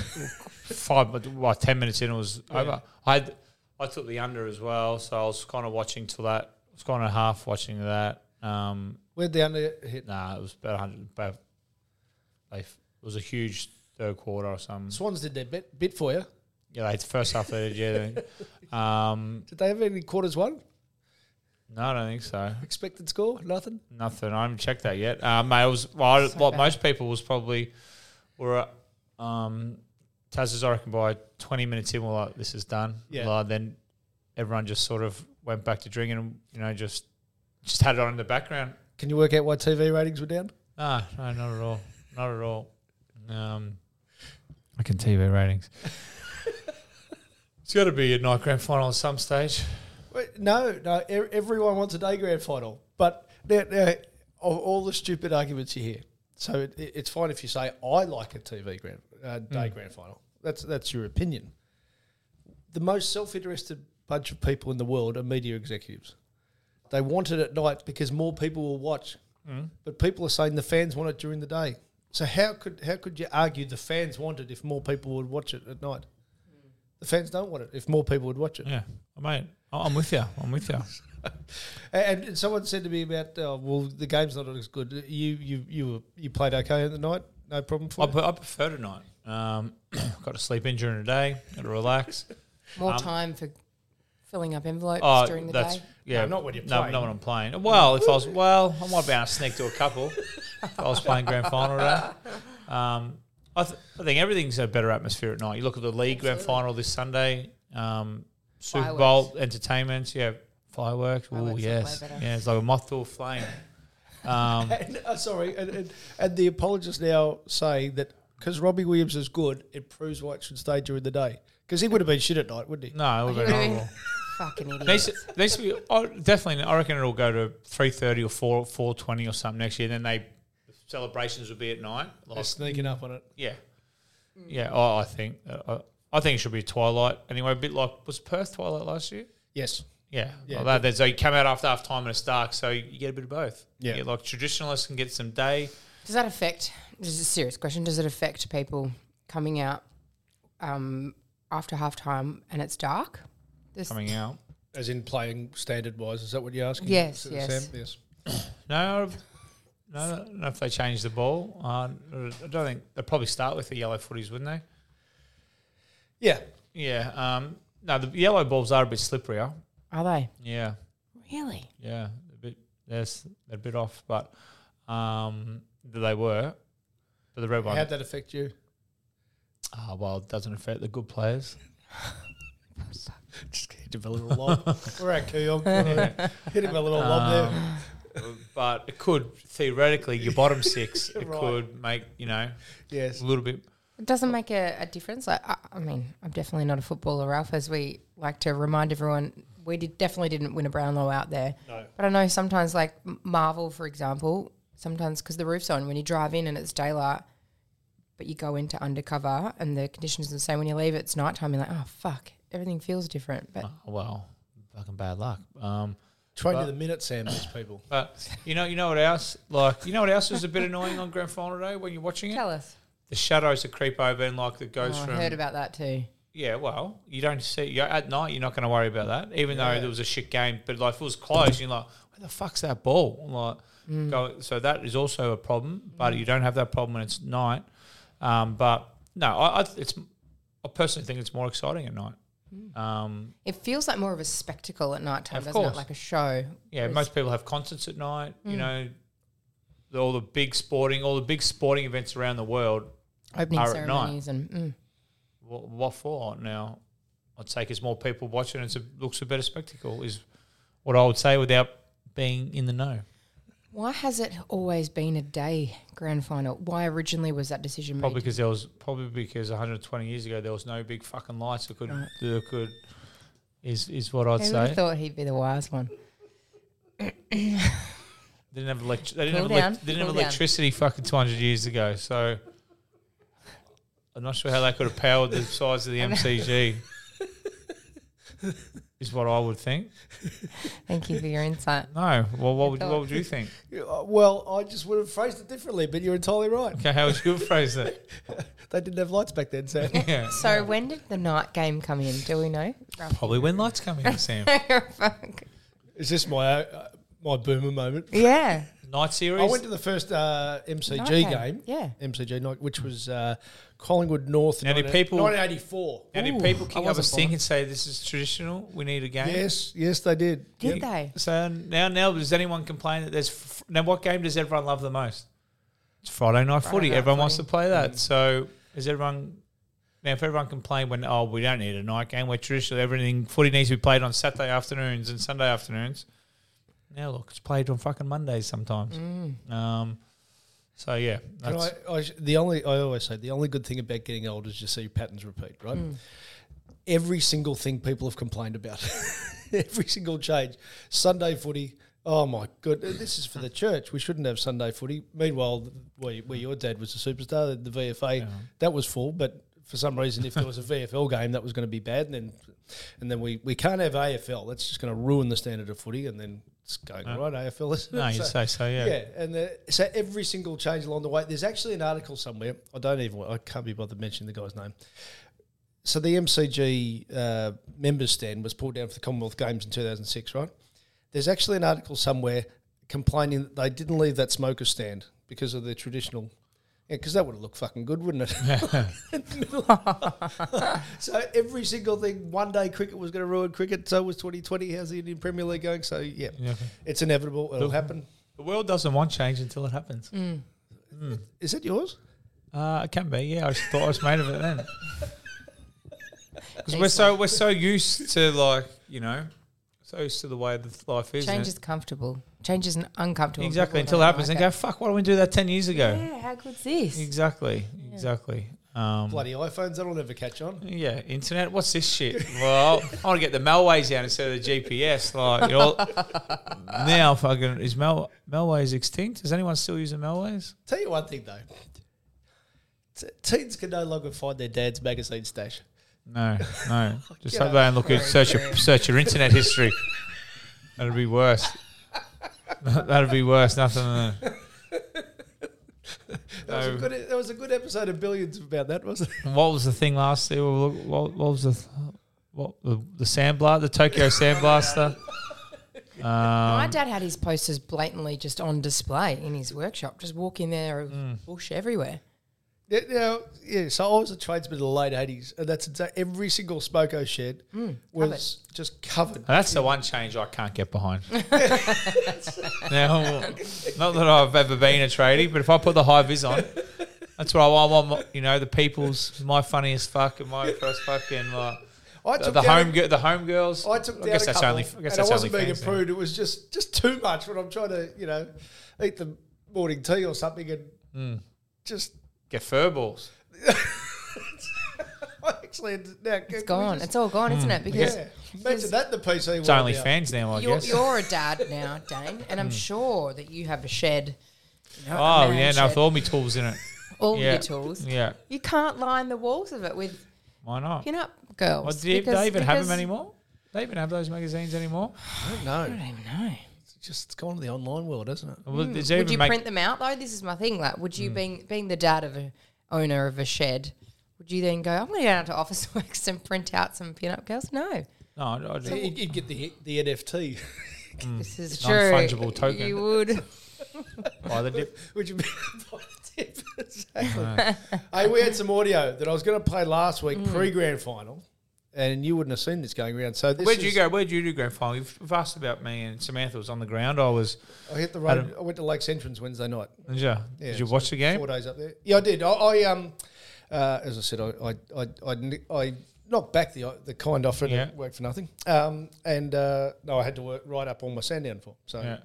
Speaker 3: five but well, ten minutes in it was over. I had, I took the under as well, so I was kinda watching till that I was kinda half watching that. Um
Speaker 2: Where'd the under hit?
Speaker 3: nah, it was about hundred about they f- it was a huge third quarter or something.
Speaker 2: Swans did their bit, bit for you.
Speaker 3: Yeah, like first half they did, yeah. they- Um,
Speaker 2: Did they have any quarters one?
Speaker 3: no, I don't think so.
Speaker 2: Expected score? Nothing.
Speaker 3: Nothing. I haven't checked that yet. Um, mate, it was well, I-
Speaker 4: So
Speaker 3: what
Speaker 4: bad.
Speaker 3: most people was probably were uh, um, Taz's. I reckon by twenty minutes in, we're like, this is done.
Speaker 2: Yeah.
Speaker 3: Like, then everyone just sort of went back to drinking, and you know, just just had it on in the background.
Speaker 2: Can you work out why TV ratings were down?
Speaker 3: No, no, not at all. Not at all. Um, I can TV ratings. it's got to be a night grand final at some stage.
Speaker 2: Wait, No, no. e- Everyone wants a day grand final, but now, now, of all the stupid arguments you hear, so it, it- it's fine if you say I like a TV grand uh, day grand final. That's that's your opinion. The most self-interested bunch of people in the world are media executives. They want it at night because more people will watch. But people are saying the fans want it during the day. So how could how could you argue the fans want it if more people would watch it at night? The fans don't want it if more people would watch it.
Speaker 3: Yeah, mate, I- oh, I'm with you. I'm with you.
Speaker 2: And, and someone said to me about, oh, well, the game's not as good. You you you were, you played okay in the night, no problem for
Speaker 3: I,
Speaker 2: you.
Speaker 3: pre- I prefer tonight. Um, got to sleep in during the day. Got to relax.
Speaker 4: More time for filling up envelopes
Speaker 3: um, Oh,
Speaker 4: during the day.
Speaker 3: yeah,
Speaker 2: No, not when you're
Speaker 3: no,
Speaker 2: playing.
Speaker 3: not when I'm playing. Well, if I was well, I might be able to sneak to a couple. if I was playing grand final today. Um, I, th- I think everything's a better atmosphere at night. You look at the league grand final this Sunday, um, Super Bowl entertainments, yeah, fireworks. Oh
Speaker 4: Fireworks are
Speaker 3: yes,
Speaker 4: way better.
Speaker 3: yeah, it's like a moth to a flame. Um,
Speaker 2: And, uh, sorry, and, and, and the apologists now say that because Robbie Williams is good, it proves why it should stay during the day. Because he would have been shit at night, wouldn't he?
Speaker 3: No, it would have been
Speaker 4: You know what I mean?
Speaker 3: horrible.
Speaker 4: Fucking idiot.
Speaker 3: Needs to, needs to be, I oh, definitely. I reckon it'll go to three thirty or four four twenty or something next year. Then they celebrations will be at night.
Speaker 2: They're
Speaker 3: Like,
Speaker 2: sneaking up on it.
Speaker 3: yeah, yeah. I, I think uh, I, I think it should be twilight anyway. A bit like was Perth twilight last year.
Speaker 2: Yes.
Speaker 3: Yeah,
Speaker 2: Yeah,
Speaker 3: like that. There's- So you come out after half time and it's dark, so you get a bit of both.
Speaker 2: Yeah.
Speaker 3: you get, like traditionalists can get some day.
Speaker 4: Does that affect? This is a serious question. Does it affect people coming out um, after halftime and it's dark? This,
Speaker 3: coming out.
Speaker 2: As in playing standard wise, is that what you're asking?
Speaker 4: Yes,
Speaker 2: S-
Speaker 4: yes.
Speaker 2: Sam? yes.
Speaker 3: No, no, no, no. If they change the ball, uh, I don't think they'd probably start with the yellow footies, wouldn't they?
Speaker 2: Yeah.
Speaker 3: Yeah. Um, no, the yellow balls are a bit slipperier.
Speaker 4: are they
Speaker 3: Yeah,
Speaker 4: really?
Speaker 3: yeah, a bit. Yes, a bit off, but um, they were. But the red one,
Speaker 2: How'd that affect you?
Speaker 3: ah, well, it doesn't affect the good players.
Speaker 2: Just hit him a little lob. All right, Keogh. Hit him a little lob there.
Speaker 3: but it could theoretically your bottom six. It
Speaker 2: Right.
Speaker 3: could make you know
Speaker 2: Yes.
Speaker 3: a little bit.
Speaker 4: It
Speaker 3: Oh.
Speaker 4: doesn't make a, a difference. Like, I, I mean, I'm definitely not a footballer, Ralph, as we like to remind everyone. We did, definitely didn't win a Brownlow out there. No. But I know sometimes, like M- Marvel, for example, sometimes because the roof's on, when you drive in and it's daylight, but you go into undercover and the conditions are the same. When you leave, it's nighttime. You're like, oh, fuck. Everything feels different. But
Speaker 3: oh, Well, fucking bad luck. Um,
Speaker 2: Train to the minute, Sam, these people.
Speaker 3: but you know, you know what else? Like, you know what else is a bit annoying on grand final day when you're watching it?
Speaker 4: tell us.
Speaker 3: The shadows that creep over and like that goes
Speaker 4: Oh, I
Speaker 3: from
Speaker 4: heard about that too.
Speaker 3: Yeah, well, you don't see you at night. You're not going to worry about that, even though there was a shit game. But like, if it was close, you're like, where the fuck's that ball? Like, go, so that is also a problem. But you don't have that problem when it's night. Um, but no, I, I it's I personally think it's more exciting at night. Um,
Speaker 4: It feels like more of a spectacle at night time,
Speaker 3: Of
Speaker 4: doesn't
Speaker 3: course.
Speaker 4: it? Like a show.
Speaker 3: yeah, most people have concerts at night. You know, the- all the big sporting, all the big sporting events around the world.
Speaker 4: Opening
Speaker 3: are at night.
Speaker 4: ceremonies and mm,
Speaker 3: What, what for now? I'd say because more people watch it, and it looks a better spectacle. Is what I would say without being in the know.
Speaker 4: Why has it always been a day grand final? Why originally was that decision made?
Speaker 3: Probably because there was probably because 120 years ago there was no big fucking lights that could that could is is what I'd
Speaker 4: Who would
Speaker 3: say.
Speaker 4: have thought he'd be the wise one?
Speaker 3: They didn't have elect- they didn't
Speaker 4: Cool
Speaker 3: have, elec-
Speaker 4: down,
Speaker 3: they didn't
Speaker 4: cool
Speaker 3: have
Speaker 4: down.
Speaker 3: electricity fucking 200 years ago. So I'm not sure how they could have powered the size of the MCG. is what I would think.
Speaker 4: Thank you for your insight.
Speaker 3: No, well, what would what would you think?
Speaker 2: Yeah, uh, Well, I just would have phrased it differently, but you're entirely right.
Speaker 3: Okay, how would you phrase it?
Speaker 2: They didn't have lights back then, Sam.
Speaker 3: Yeah.
Speaker 4: So when did the night game come in? Do we know?
Speaker 3: Probably when lights come in, Sam.
Speaker 4: Fuck.
Speaker 2: Is this my uh, my boomer moment?
Speaker 4: Yeah.
Speaker 3: Night series.
Speaker 2: I went to the first uh, MCG
Speaker 4: Night game,
Speaker 2: game.
Speaker 4: yeah.
Speaker 2: MCG night, which was uh, Collingwood North.
Speaker 3: Now, do
Speaker 2: 19-
Speaker 3: people-
Speaker 2: 1984.
Speaker 3: now, did people kick up a
Speaker 4: wasn't
Speaker 3: stink
Speaker 4: born.
Speaker 3: and say this is traditional? We need a game.
Speaker 2: Yes, yes, they did.
Speaker 4: Did
Speaker 2: Yep.
Speaker 4: they?
Speaker 3: So now, now does anyone complain that there's f- now what game does everyone love the most? It's Friday night footy.
Speaker 4: night
Speaker 3: everyone wants to
Speaker 4: footy.
Speaker 3: play
Speaker 2: Mm.
Speaker 3: that. So is everyone now? If everyone complained when oh we don't need a night game, where traditionally everything footy needs to be played on Saturday afternoons and Sunday afternoons. Now look, it's played on fucking Mondays sometimes.
Speaker 4: Mm.
Speaker 3: Um, so yeah,
Speaker 2: And
Speaker 3: that's,
Speaker 2: I, I, sh- the only I always say the only good thing about getting old is you see patterns repeat, right? Every single thing people have complained about, every single change. Sunday footy, Oh my god, this is for the church. We shouldn't have Sunday footy. Meanwhile, th- where, where your dad was a superstar, the VFA that was full, but for some reason, if there was a VFL game, that was going to be bad. And then, and then we, we can't have AFL. That's just going to ruin the standard of footy. And then it's going right AFL. Isn't
Speaker 3: No,
Speaker 2: it?
Speaker 3: you say so, yeah.
Speaker 2: Yeah, and the, so every single change along the way. There's actually an article somewhere. I don't even. I can't be bothered mentioning the guy's name. So the MCG uh, members stand was pulled down for the Commonwealth Games in 2006, right? There's actually an article somewhere complaining that they didn't leave that smoker stand because of their traditional. Yeah, because that would have looked fucking good, wouldn't it? In the middle of- so every single thing, one day cricket was going to ruin cricket. So was 2020. How's the Indian Premier League going? So yeah, it's inevitable. It'll happen.
Speaker 3: The world doesn't want change until it happens.
Speaker 4: Mm.
Speaker 2: Is it yours?
Speaker 3: Uh, it can be, yeah. I just thought I was made of it then. Because we're so we're so used to like you know, so used to the way that life is.
Speaker 4: Change
Speaker 3: Changes
Speaker 4: is comfortable. Change is uncomfortable.
Speaker 3: exactly
Speaker 4: People
Speaker 3: until
Speaker 4: don't
Speaker 3: it happens
Speaker 4: like
Speaker 3: and go fuck. Why did we do that ten years ago?
Speaker 4: Yeah, how good's this?
Speaker 3: Exactly, exactly. Um,
Speaker 2: Bloody iPhones. That'll never catch on.
Speaker 3: yeah, internet. What's this shit? Well, I want to get the Melways out instead of the GPS. Like, you know, now fucking is Mel Melways extinct? Is anyone still using Melways?
Speaker 2: Tell you one thing though, T- teens can no longer find their dad's magazine stash.
Speaker 3: No, no. Just
Speaker 2: Yeah.
Speaker 3: hope they don't look at
Speaker 4: Very
Speaker 3: search your
Speaker 4: true.
Speaker 3: search your internet history. That'd be worse. That'd be worse. Nothing. uh,
Speaker 2: That was a
Speaker 3: No.
Speaker 2: good. e, That was a good episode of Billions about that, wasn't it?
Speaker 3: And what was the thing last year? What, what, what was the th- what the, the sandblast? The Tokyo sandblaster.
Speaker 4: My
Speaker 3: Um,
Speaker 4: dad had his posters blatantly just on display in his workshop. Just walk in there,
Speaker 3: Mm.
Speaker 4: bush everywhere.
Speaker 2: Yeah, now, yeah. So I was a tradesman in the late eighties, and that's exa- every single smoko shed
Speaker 3: Mm,
Speaker 2: was just covered.
Speaker 3: Now, that's the one change I can't get behind. now, not that I've ever been a tradie, but if I put the high vis on, that's what I want. I want my- you know, the people's my funniest fuck and my first fucking like.
Speaker 2: I
Speaker 3: The,
Speaker 2: took
Speaker 3: the
Speaker 2: down a-
Speaker 3: home girl, the home girls.
Speaker 2: I took down
Speaker 3: guess
Speaker 2: a
Speaker 3: that's
Speaker 2: couple,
Speaker 3: only. I guess
Speaker 2: and I
Speaker 3: that's
Speaker 2: wasn't
Speaker 3: only
Speaker 2: being a
Speaker 3: fans, yeah.
Speaker 2: prude. It was just just too much when I'm trying to, you know, eat the morning tea or something, and
Speaker 3: Mm.
Speaker 2: just
Speaker 3: Get fur balls.
Speaker 2: I actually had- now,
Speaker 4: It's gone. It's all gone, isn't
Speaker 3: Mm.
Speaker 4: it? Because
Speaker 2: yeah, imagine that in the PC.
Speaker 3: It's only fans now, I
Speaker 4: you're,
Speaker 3: guess. Hmm.
Speaker 4: you're a dad now, Dane, and I'm sure that you have a shed. you know, a
Speaker 3: oh
Speaker 4: man
Speaker 3: yeah, no,
Speaker 4: shed,
Speaker 3: with all my tools in it.
Speaker 4: all
Speaker 3: Yeah,
Speaker 4: your tools.
Speaker 3: Yeah,
Speaker 4: You can't line the walls of it with
Speaker 3: why not?
Speaker 4: pin up girls.
Speaker 3: Well, do they,
Speaker 4: because-
Speaker 3: they even have them
Speaker 4: because- Hmm,
Speaker 3: anymore? They even have those magazines anymore?
Speaker 2: No,
Speaker 4: I don't even know.
Speaker 2: just it's gone to the online world, isn't it?
Speaker 3: Well, does they
Speaker 4: Would
Speaker 3: even
Speaker 4: you
Speaker 3: make- Hmm.
Speaker 4: print them out though? This is my thing. Like, would you being being the dad of a owner of a shed, would you then go? I'm going to go down to Office Works and print out some pin-up girls? No,
Speaker 3: No, I, I,
Speaker 2: You'd, you'd get the the NFT.
Speaker 3: Hmm.
Speaker 4: this is true.
Speaker 3: Non-fungible token.
Speaker 4: You would.
Speaker 3: buy Oh, the dip.
Speaker 2: Would you be positive? exactly. Hey, we had some audio that I was going to play last week
Speaker 3: Mm.
Speaker 2: pre grand final, and you wouldn't have seen this going around. So this
Speaker 3: Where'd you
Speaker 2: is-
Speaker 3: go? Where'd you do grand final? You've you've asked about me and Samantha was on the ground. I was.
Speaker 2: I hit the road. I went to Lakes Entrance Wednesday night.
Speaker 3: Did you, did you
Speaker 2: so
Speaker 3: watch the game?
Speaker 2: Four days up there. Yeah, I did. I, I um, uh, as I said, I I I, I, ni- I knocked back the the kind offer and
Speaker 3: Yeah.
Speaker 2: it worked for nothing. Um, and uh, no, I had to work right up all my sandown for. So
Speaker 3: Yeah.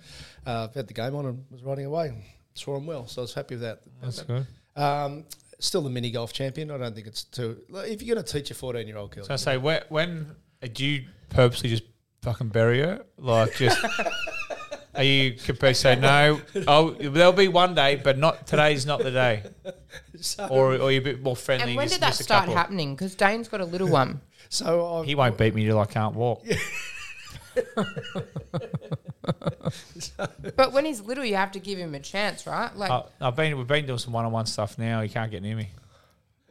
Speaker 2: uh, had the game on and was riding away. Saw him well, so I was happy with that.
Speaker 3: That's good.
Speaker 2: Um, still the mini golf champion. I don't think it's too. Like, if you're going to teach a 14 year old girl,
Speaker 3: So I say, when, when uh, do you purposely just fucking bury her? Like, just. Are you completely say no? Oh, there'll be one day, but not today's not the day. or, or you're a bit more friendly.
Speaker 4: And when
Speaker 3: just
Speaker 4: did that
Speaker 3: miss a
Speaker 4: start
Speaker 3: couple.
Speaker 4: happening? Because Dane's got a little one.
Speaker 2: so I,
Speaker 3: He won't beat me till I can't walk.
Speaker 4: but when he's little, you have to give him a chance, right? Like,
Speaker 3: I, I've been we've been doing some one on one stuff now. He can't get near me.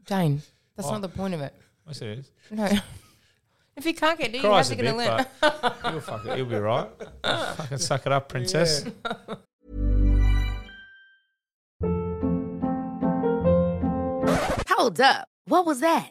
Speaker 4: Dane,
Speaker 3: Oh.
Speaker 4: that's not the point of it.
Speaker 3: Yes, it is.
Speaker 4: No. if he can't get near you, how's
Speaker 3: Cries
Speaker 4: he
Speaker 3: a
Speaker 4: going
Speaker 3: bit,
Speaker 4: to learn?
Speaker 3: but he'll, fuck it, he'll be right. Fucking suck it up, princess.
Speaker 5: Hold up. What was that?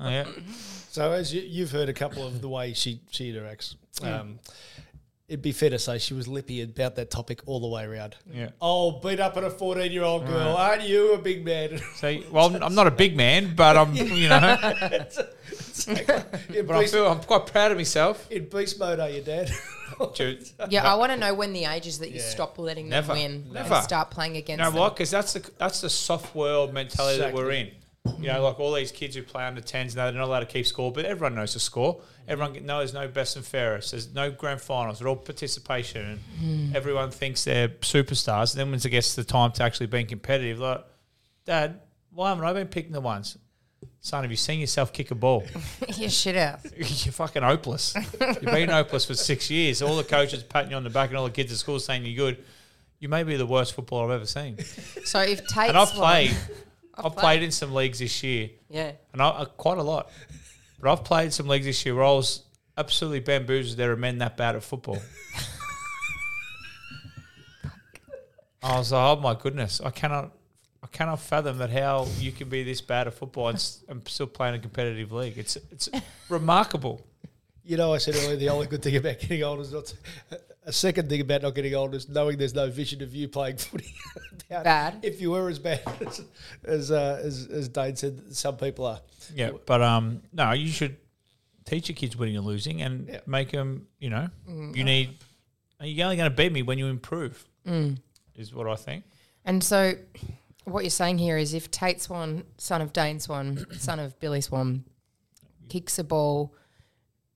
Speaker 3: Oh, yeah.
Speaker 2: So as you, you've heard a couple of the way she she interacts, um, it'd be fair to say she was lippy about that topic all the way around.
Speaker 3: Yeah.
Speaker 2: Oh, beat up on a fourteen-year-old girl! Aren't you a big man?
Speaker 3: So, well, I'm- I'm not a big man, but I'm, you know,
Speaker 2: in,
Speaker 3: but I
Speaker 2: beast,
Speaker 3: feel I'm quite proud of myself.
Speaker 2: in beast mode, are you, Dad?
Speaker 3: Dude,
Speaker 4: Yeah, I want to know when the age is that you stop letting
Speaker 3: Never.
Speaker 4: them win
Speaker 3: Never.
Speaker 4: and start playing
Speaker 3: You
Speaker 4: against
Speaker 3: know
Speaker 4: them.
Speaker 3: what? Because that's the that's the soft world mentality that we're in. You know, like all these kids who play under tens, now they're not allowed to keep score, but everyone knows the score. Everyone g- knows there's no best and fairest. There's no grand finals. They're all participation, and everyone thinks they're superstars. And then when it gets the time to actually being competitive, like, Dad, why haven't I been picking the ones? Son, have you seen yourself kick a ball?
Speaker 4: you should have.
Speaker 3: You're fucking hopeless. You've been hopeless for six years. All the coaches patting you on the back, and all the kids at school saying you're good. You may be the worst footballer I've ever seen.
Speaker 4: So if Tate's
Speaker 3: And I've
Speaker 4: won-
Speaker 3: played. I've played in some leagues this year,
Speaker 4: yeah,
Speaker 3: and I, I, quite a lot. But I've played some leagues this year where I was absolutely bamboozled. There are men that bad at football. I was like, oh my goodness, I cannot, I cannot fathom that how you can be this bad at football and, s- and still playing a competitive league. It's it's remarkable.
Speaker 2: you know, I said earlier the only good thing about getting older is not. A second thing about not getting older is knowing there's no vision of you playing footy. down
Speaker 4: Bad.
Speaker 2: If you were as bad as as, uh, as, as Dane said, some people are.
Speaker 3: Yeah, but um, no, you should teach your kids winning and losing, and
Speaker 2: Yeah.
Speaker 3: make them. You know, you need. You're only going to beat me when you improve.
Speaker 4: Mm.
Speaker 3: Is what I think.
Speaker 4: and so what you're saying here is if Tate Swan, son of Dane Swan, son of Billy Swan, kicks a ball.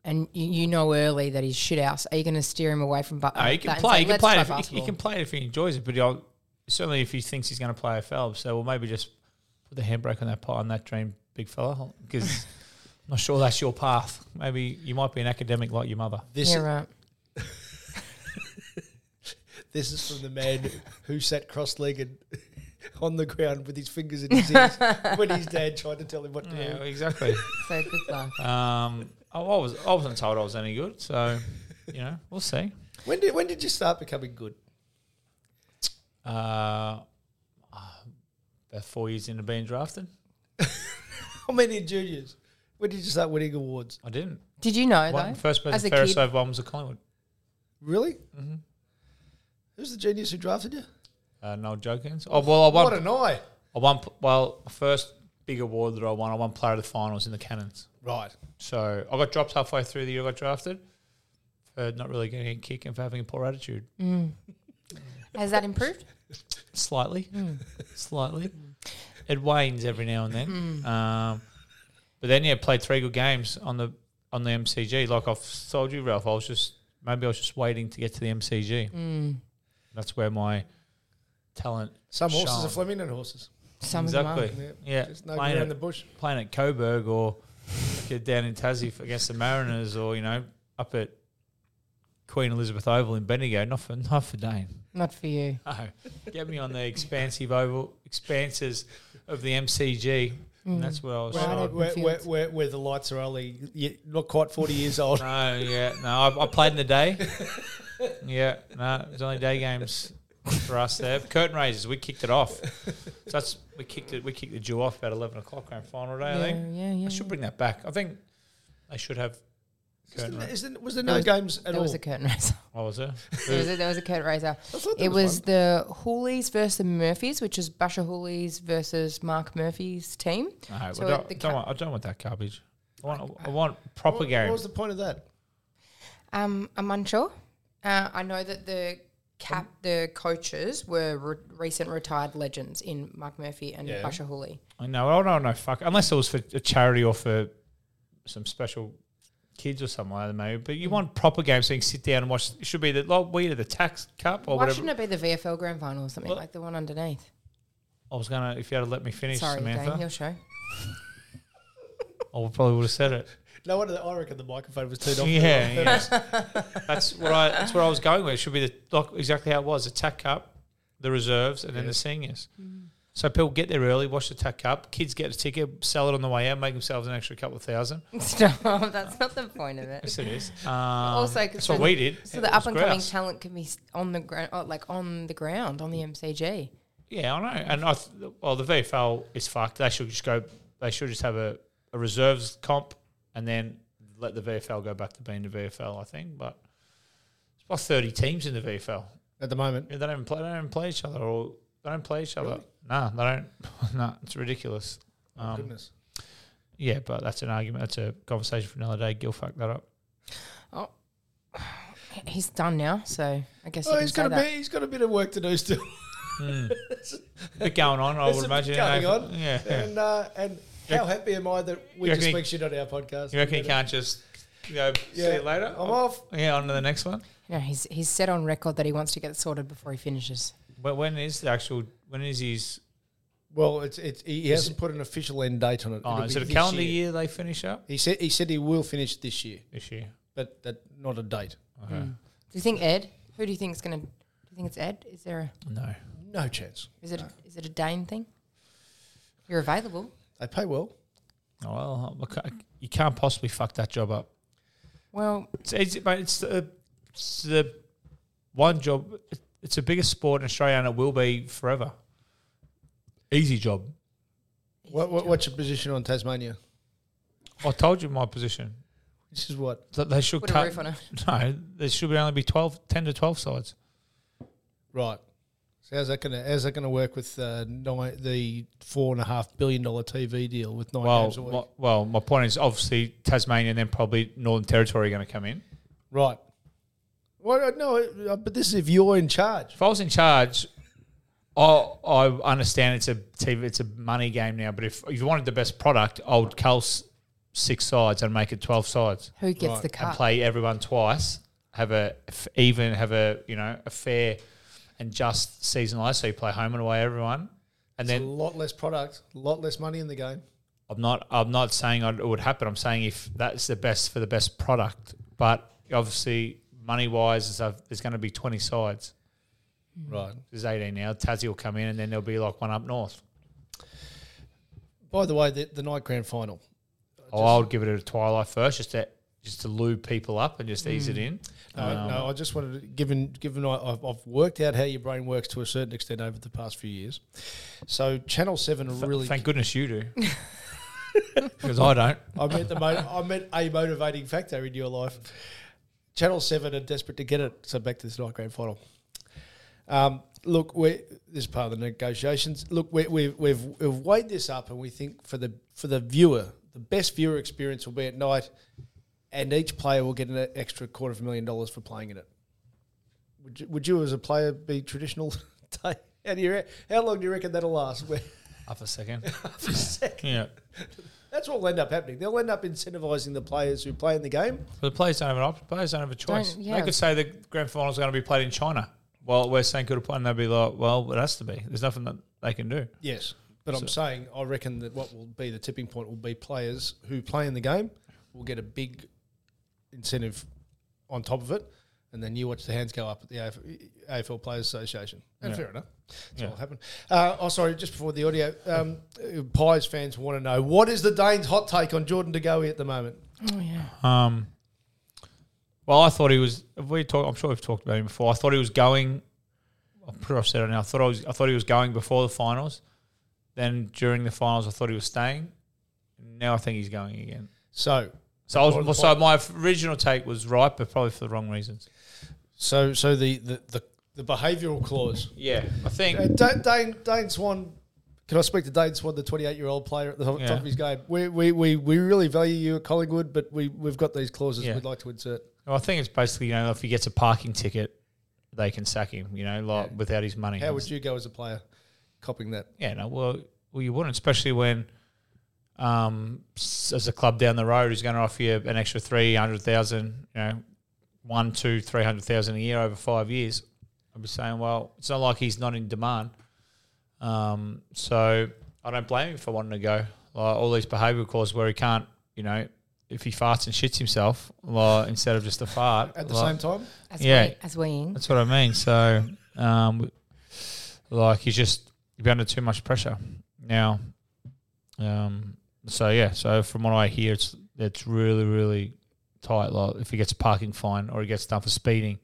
Speaker 4: And you, you know early that he's shit house. Are you going to steer him away from? Bu-
Speaker 3: No, he can
Speaker 4: that and
Speaker 3: play.
Speaker 4: say,
Speaker 3: He can
Speaker 4: "Let's
Speaker 3: play, it if, he- he
Speaker 4: basketball"?
Speaker 3: can play it if he enjoys it. But he'll, certainly, if he thinks he's going to play AFL, so we'll maybe just put the handbrake on that pot on that dream, big fella, because. I'm not sure that's your path. Maybe you might be an academic like your mother.
Speaker 2: This
Speaker 4: Yeah, right.
Speaker 2: This is from the man who sat cross-legged on the ground with his fingers in his ears when his dad tried to tell him what to
Speaker 4: Mm.
Speaker 2: do.
Speaker 3: exactly.
Speaker 4: So good luck.
Speaker 3: um, I, I was I wasn't told I was any good, so you know we'll see.
Speaker 2: When did when did you start becoming good?
Speaker 3: Uh, uh, about four years into being drafted,
Speaker 2: How many juniors? When did you start winning awards?
Speaker 3: I didn't.
Speaker 4: Did you know
Speaker 3: One,
Speaker 4: though?
Speaker 3: first
Speaker 4: as
Speaker 3: person
Speaker 4: a
Speaker 3: Ferris
Speaker 4: kid,
Speaker 3: over one was at Collingwood.
Speaker 2: Really? Who's the genius who drafted you?
Speaker 3: Uh, no jokings. Oh well, I
Speaker 2: What
Speaker 3: won.
Speaker 2: an eye!
Speaker 3: I won. p- Well, the first big award that I won, I won Player of the Finals in the Cannons.
Speaker 2: Right.
Speaker 3: So I got dropped halfway through the year I got drafted for not really getting a kick and for having a poor attitude.
Speaker 4: has that improved?
Speaker 3: slightly, slightly. It wanes every now and then. Um, but then yeah, played three good games on the on the MCG. Like I've told you, Ralph, I was just maybe I was just waiting to get to the MCG. That's where my talent.
Speaker 2: Some horses
Speaker 3: shone.
Speaker 2: are Flemington horses.
Speaker 4: Some
Speaker 3: Exactly.
Speaker 4: of them.
Speaker 2: Yeah.
Speaker 3: Yeah,
Speaker 2: Just no
Speaker 3: playing
Speaker 2: around
Speaker 3: at-
Speaker 2: the bush.
Speaker 3: playing at Coburg or get down in Tassie for- against the Mariners or you know up at Queen Elizabeth Oval in Bendigo. Not for not for Dane.
Speaker 4: Are. Not for you.
Speaker 3: No, get me on the expansive oval expanses of the MCG, and that's where I was.
Speaker 2: Where,
Speaker 3: shot.
Speaker 4: open
Speaker 2: where, where,
Speaker 4: fields.
Speaker 2: where, where the lights are only y- not quite forty years old.
Speaker 3: No, yeah, no, I, I played in the day. yeah, no, it was only day games for us there. Curtain raisers, we kicked it off. So that's we kicked it. We kicked the dew off about eleven o'clock grand final day. I
Speaker 4: Yeah,
Speaker 3: think
Speaker 4: yeah, yeah,
Speaker 3: I should bring that back. I think they should have. Curtain
Speaker 2: Isn't-
Speaker 3: raisers.
Speaker 2: isn't- was there no
Speaker 4: was-
Speaker 2: games at
Speaker 4: There
Speaker 2: all?
Speaker 4: was a curtain raiser.
Speaker 3: What was it?
Speaker 4: There was a, there was a curtain raiser.
Speaker 2: thought there
Speaker 4: It
Speaker 2: was
Speaker 4: was the Hoolies versus the Murphys, which is Basher Hoolies versus Mark Murphy's team.
Speaker 3: No,
Speaker 4: So
Speaker 3: I, don't,
Speaker 4: the
Speaker 3: don't
Speaker 4: ca-
Speaker 3: want, I don't want that garbage. I want, I want proper
Speaker 2: what,
Speaker 3: game.
Speaker 2: what was the point of that?
Speaker 4: Um, I'm unsure. Uh, I know that the cap the coaches were re- recent retired legends in Mark Murphy and
Speaker 2: Yeah.
Speaker 4: Basher Hooley.
Speaker 3: I know. I don't know. Fuck. Unless it was for a charity or for some special kids or something like that, maybe. But you
Speaker 4: Mm.
Speaker 3: want proper games so you can sit down and watch. It should be the like we did the tax cup or
Speaker 4: Why
Speaker 3: whatever.
Speaker 4: shouldn't it be the VFL Grand Final or something like the one underneath?
Speaker 3: I was gonna. If you had to let me finish,
Speaker 4: Sorry, Dane,
Speaker 3: Samantha,
Speaker 4: your show.
Speaker 3: I would probably would have said it.
Speaker 2: No wonder I reckon the microphone was turned off.
Speaker 3: Yeah, yeah. that's what I. That's where I was going with. It should be the like exactly how it was: the tack cup, the reserves, and then the seniors.
Speaker 4: Mm.
Speaker 3: So people get there early, watch the tack cup. Kids get a ticket, sell it on the way out, make themselves an extra couple of thousand.
Speaker 4: Stop. That's not the point of it.
Speaker 3: Yes, it is. Um,
Speaker 4: also, 'cause
Speaker 3: that's what
Speaker 4: the-
Speaker 3: we did.
Speaker 4: So
Speaker 3: It
Speaker 4: the
Speaker 3: was
Speaker 4: up and coming
Speaker 3: grouse.
Speaker 4: talent can be s- on the ground, oh, like on the ground, on the
Speaker 3: Mm.
Speaker 4: MCG.
Speaker 3: Yeah, I know. And I th- well, the VFL is fucked. They should just go. They should just have a, a reserves comp and then let the VFL go back to being the VFL. I think, but it's about thirty teams in the VFL.
Speaker 2: At the moment,
Speaker 3: Yeah, they don't even play. They don't even play each other, or they don't play each other. Nah, they don't. nah, it's ridiculous. Um,
Speaker 2: Oh, goodness.
Speaker 3: yeah, but that's an argument. That's a conversation for another day. Gil fucked that up.
Speaker 4: Oh, He's done now, so I guess
Speaker 2: Oh,
Speaker 4: you can
Speaker 2: he's
Speaker 4: say
Speaker 2: got a
Speaker 4: that.
Speaker 2: bit. He's got a bit of work to do still.
Speaker 3: bit going on, I
Speaker 2: There's
Speaker 3: would
Speaker 2: a bit
Speaker 3: imagine.
Speaker 2: going on.
Speaker 3: Yeah. yeah.
Speaker 2: And uh, and how happy am I that we
Speaker 3: You
Speaker 2: just
Speaker 3: reckon-
Speaker 2: speak shit on our podcast?
Speaker 3: You reckon you can't just go see you later?
Speaker 2: I'm off.
Speaker 3: Yeah, on to the next one.
Speaker 4: No, he's he's set on record that he wants to get it sorted before he finishes.
Speaker 3: But when is the actual? When is his?
Speaker 2: Well, it's it's he hasn't put an official end date on it.
Speaker 3: Oh,
Speaker 2: It'll
Speaker 3: is
Speaker 2: be
Speaker 3: it a
Speaker 2: this
Speaker 3: calendar year. they finish up
Speaker 2: He said he said he will finish this year,
Speaker 3: this year?
Speaker 2: but that not a date.
Speaker 4: Do you think Ed? Who do you think is going to? Do you think it's Ed? Is there a
Speaker 3: No.
Speaker 2: No chance.
Speaker 4: is it is it a Dane thing? You're available.
Speaker 2: They pay well.
Speaker 3: Oh, well, I can't- you can't possibly fuck that job up.
Speaker 4: Well,
Speaker 3: It's, it's, mate, it's, the, it's the one job. It's the biggest sport in Australia, and it will be forever. Easy job.
Speaker 2: What, what, what's your position on Tasmania?
Speaker 3: I told you my position.
Speaker 2: This is what
Speaker 3: That they should
Speaker 4: Put a
Speaker 3: cut.
Speaker 4: roof on it.
Speaker 3: No, there should be only be 12, 10 to twelve sides.
Speaker 2: right. So how's that gonna how's that gonna work with uh, nine, the four and a half billion dollar TV deal with nine
Speaker 3: Well,
Speaker 2: games a week?
Speaker 3: my, well, my point is obviously Tasmania, and then probably Northern Territory are going to come in.
Speaker 2: Right. Well, no, uh, but this is if you're in charge.
Speaker 3: If I was in charge, I I understand it's a TV, it's a money game now. But if, if you wanted the best product, I would cull s- six sides and make it twelve sides.
Speaker 4: who gets the
Speaker 3: and
Speaker 2: Ah.
Speaker 4: cut?
Speaker 3: play everyone twice. Have a f- even have a you know a fair and just season life. So you play home and away everyone, and
Speaker 2: It's a
Speaker 3: then
Speaker 2: lot less product, a lot less money in the game.
Speaker 3: I'm not I'm not saying I'd- it would happen. I'm saying if that's the best for the best product, but obviously money wise and stuff, there's going to be 20 sides.
Speaker 2: Right.
Speaker 3: There's 18 now. Tassie will come in, and then there'll be like one up north.
Speaker 2: By the way, the, the night grand final.
Speaker 3: oh, I would give it a twilight first, just to just to lure people up and just ease it
Speaker 2: Hmm.
Speaker 3: in.
Speaker 2: No, Uh, no, I just wanted to, given given I, I've, I've worked out how your brain works to a certain extent over the past few years. So Channel Seven are really.
Speaker 3: Thank goodness you do, because I don't.
Speaker 2: I met the mo- I met a motivating factor in your life. Channel Seven are desperate to get it. So back to this night grand final. Um, look, we this is part of the negotiations. Look, we, we've, we've we've weighed this up, and we think for the for the viewer, the best viewer experience will be at night, and each player will get an extra quarter of a million dollars for playing in it. Would you, would you as a player be traditional? How do you re- how long do you reckon that'll last?
Speaker 3: Half a second. Half a second. Yeah.
Speaker 2: That's what will end up happening. They'll end up incentivising the players who play in the game.
Speaker 3: But the players don't have an option. Players don't have a choice.
Speaker 4: Don't- yeah.
Speaker 3: They could say the grand final's going to be played in China. Well, we're saying could have played, and they'd be like, well, it has to be. There's nothing that they can do.
Speaker 2: Yes, but I'm saying I reckon that what will be the tipping point will be players who play in the game will get a big incentive on top of it, and then you watch the hands go up at the AF- AFL Players Association. And fair enough, that's what will happen. Uh, oh, sorry, just before the audio, um, uh, Pies fans want to know what is the Danes' hot take on Jordan De Goey at the moment?
Speaker 3: Um, well, I thought he was. Have we talk, I'm sure we've talked about him before. I thought he was going. I'm pretty sure I've said it now. I thought I was. I thought he was going before the finals. Then during the finals, I thought he was staying. Now I think he's going again.
Speaker 2: So,
Speaker 3: So, I was, well, so my original take was right, but probably for the wrong reasons.
Speaker 2: so, so the the the, the behavioural clause.
Speaker 3: Yeah, I think.
Speaker 2: Uh, Da- Dane, Dane Swan, can I speak to Dane Swan, the 28 year old player at the top
Speaker 3: Yeah.
Speaker 2: of his game? We, we, we, we really value you at Collingwood, but we, we've got these clauses
Speaker 3: Yeah.
Speaker 2: we'd like to insert.
Speaker 3: Well, I think it's basically you know if he gets a parking ticket, they can sack him. You know, like without his money.
Speaker 2: How would you go as a player copying that?
Speaker 3: Yeah, no. Well, well, you wouldn't, especially when, um, s- as a club down the road who's going to offer you an extra three hundred thousand, you know, one, two, three hundred thousand a year over five years. I'd be saying, well, it's not like he's not in demand. Um, so I don't blame him for wanting to go. Like all these behavioural calls where he can't, you know, if he farts and shits himself, like, instead of just a fart
Speaker 2: At the
Speaker 3: like-
Speaker 2: same time,
Speaker 4: As
Speaker 3: Yeah.
Speaker 4: we, as weeing.
Speaker 3: That's what I mean. So, um, like he's just he'd be under too much pressure now. Um, so yeah. So from what I hear, it's it's really really tight. Like if he gets a parking fine or he gets done for speeding,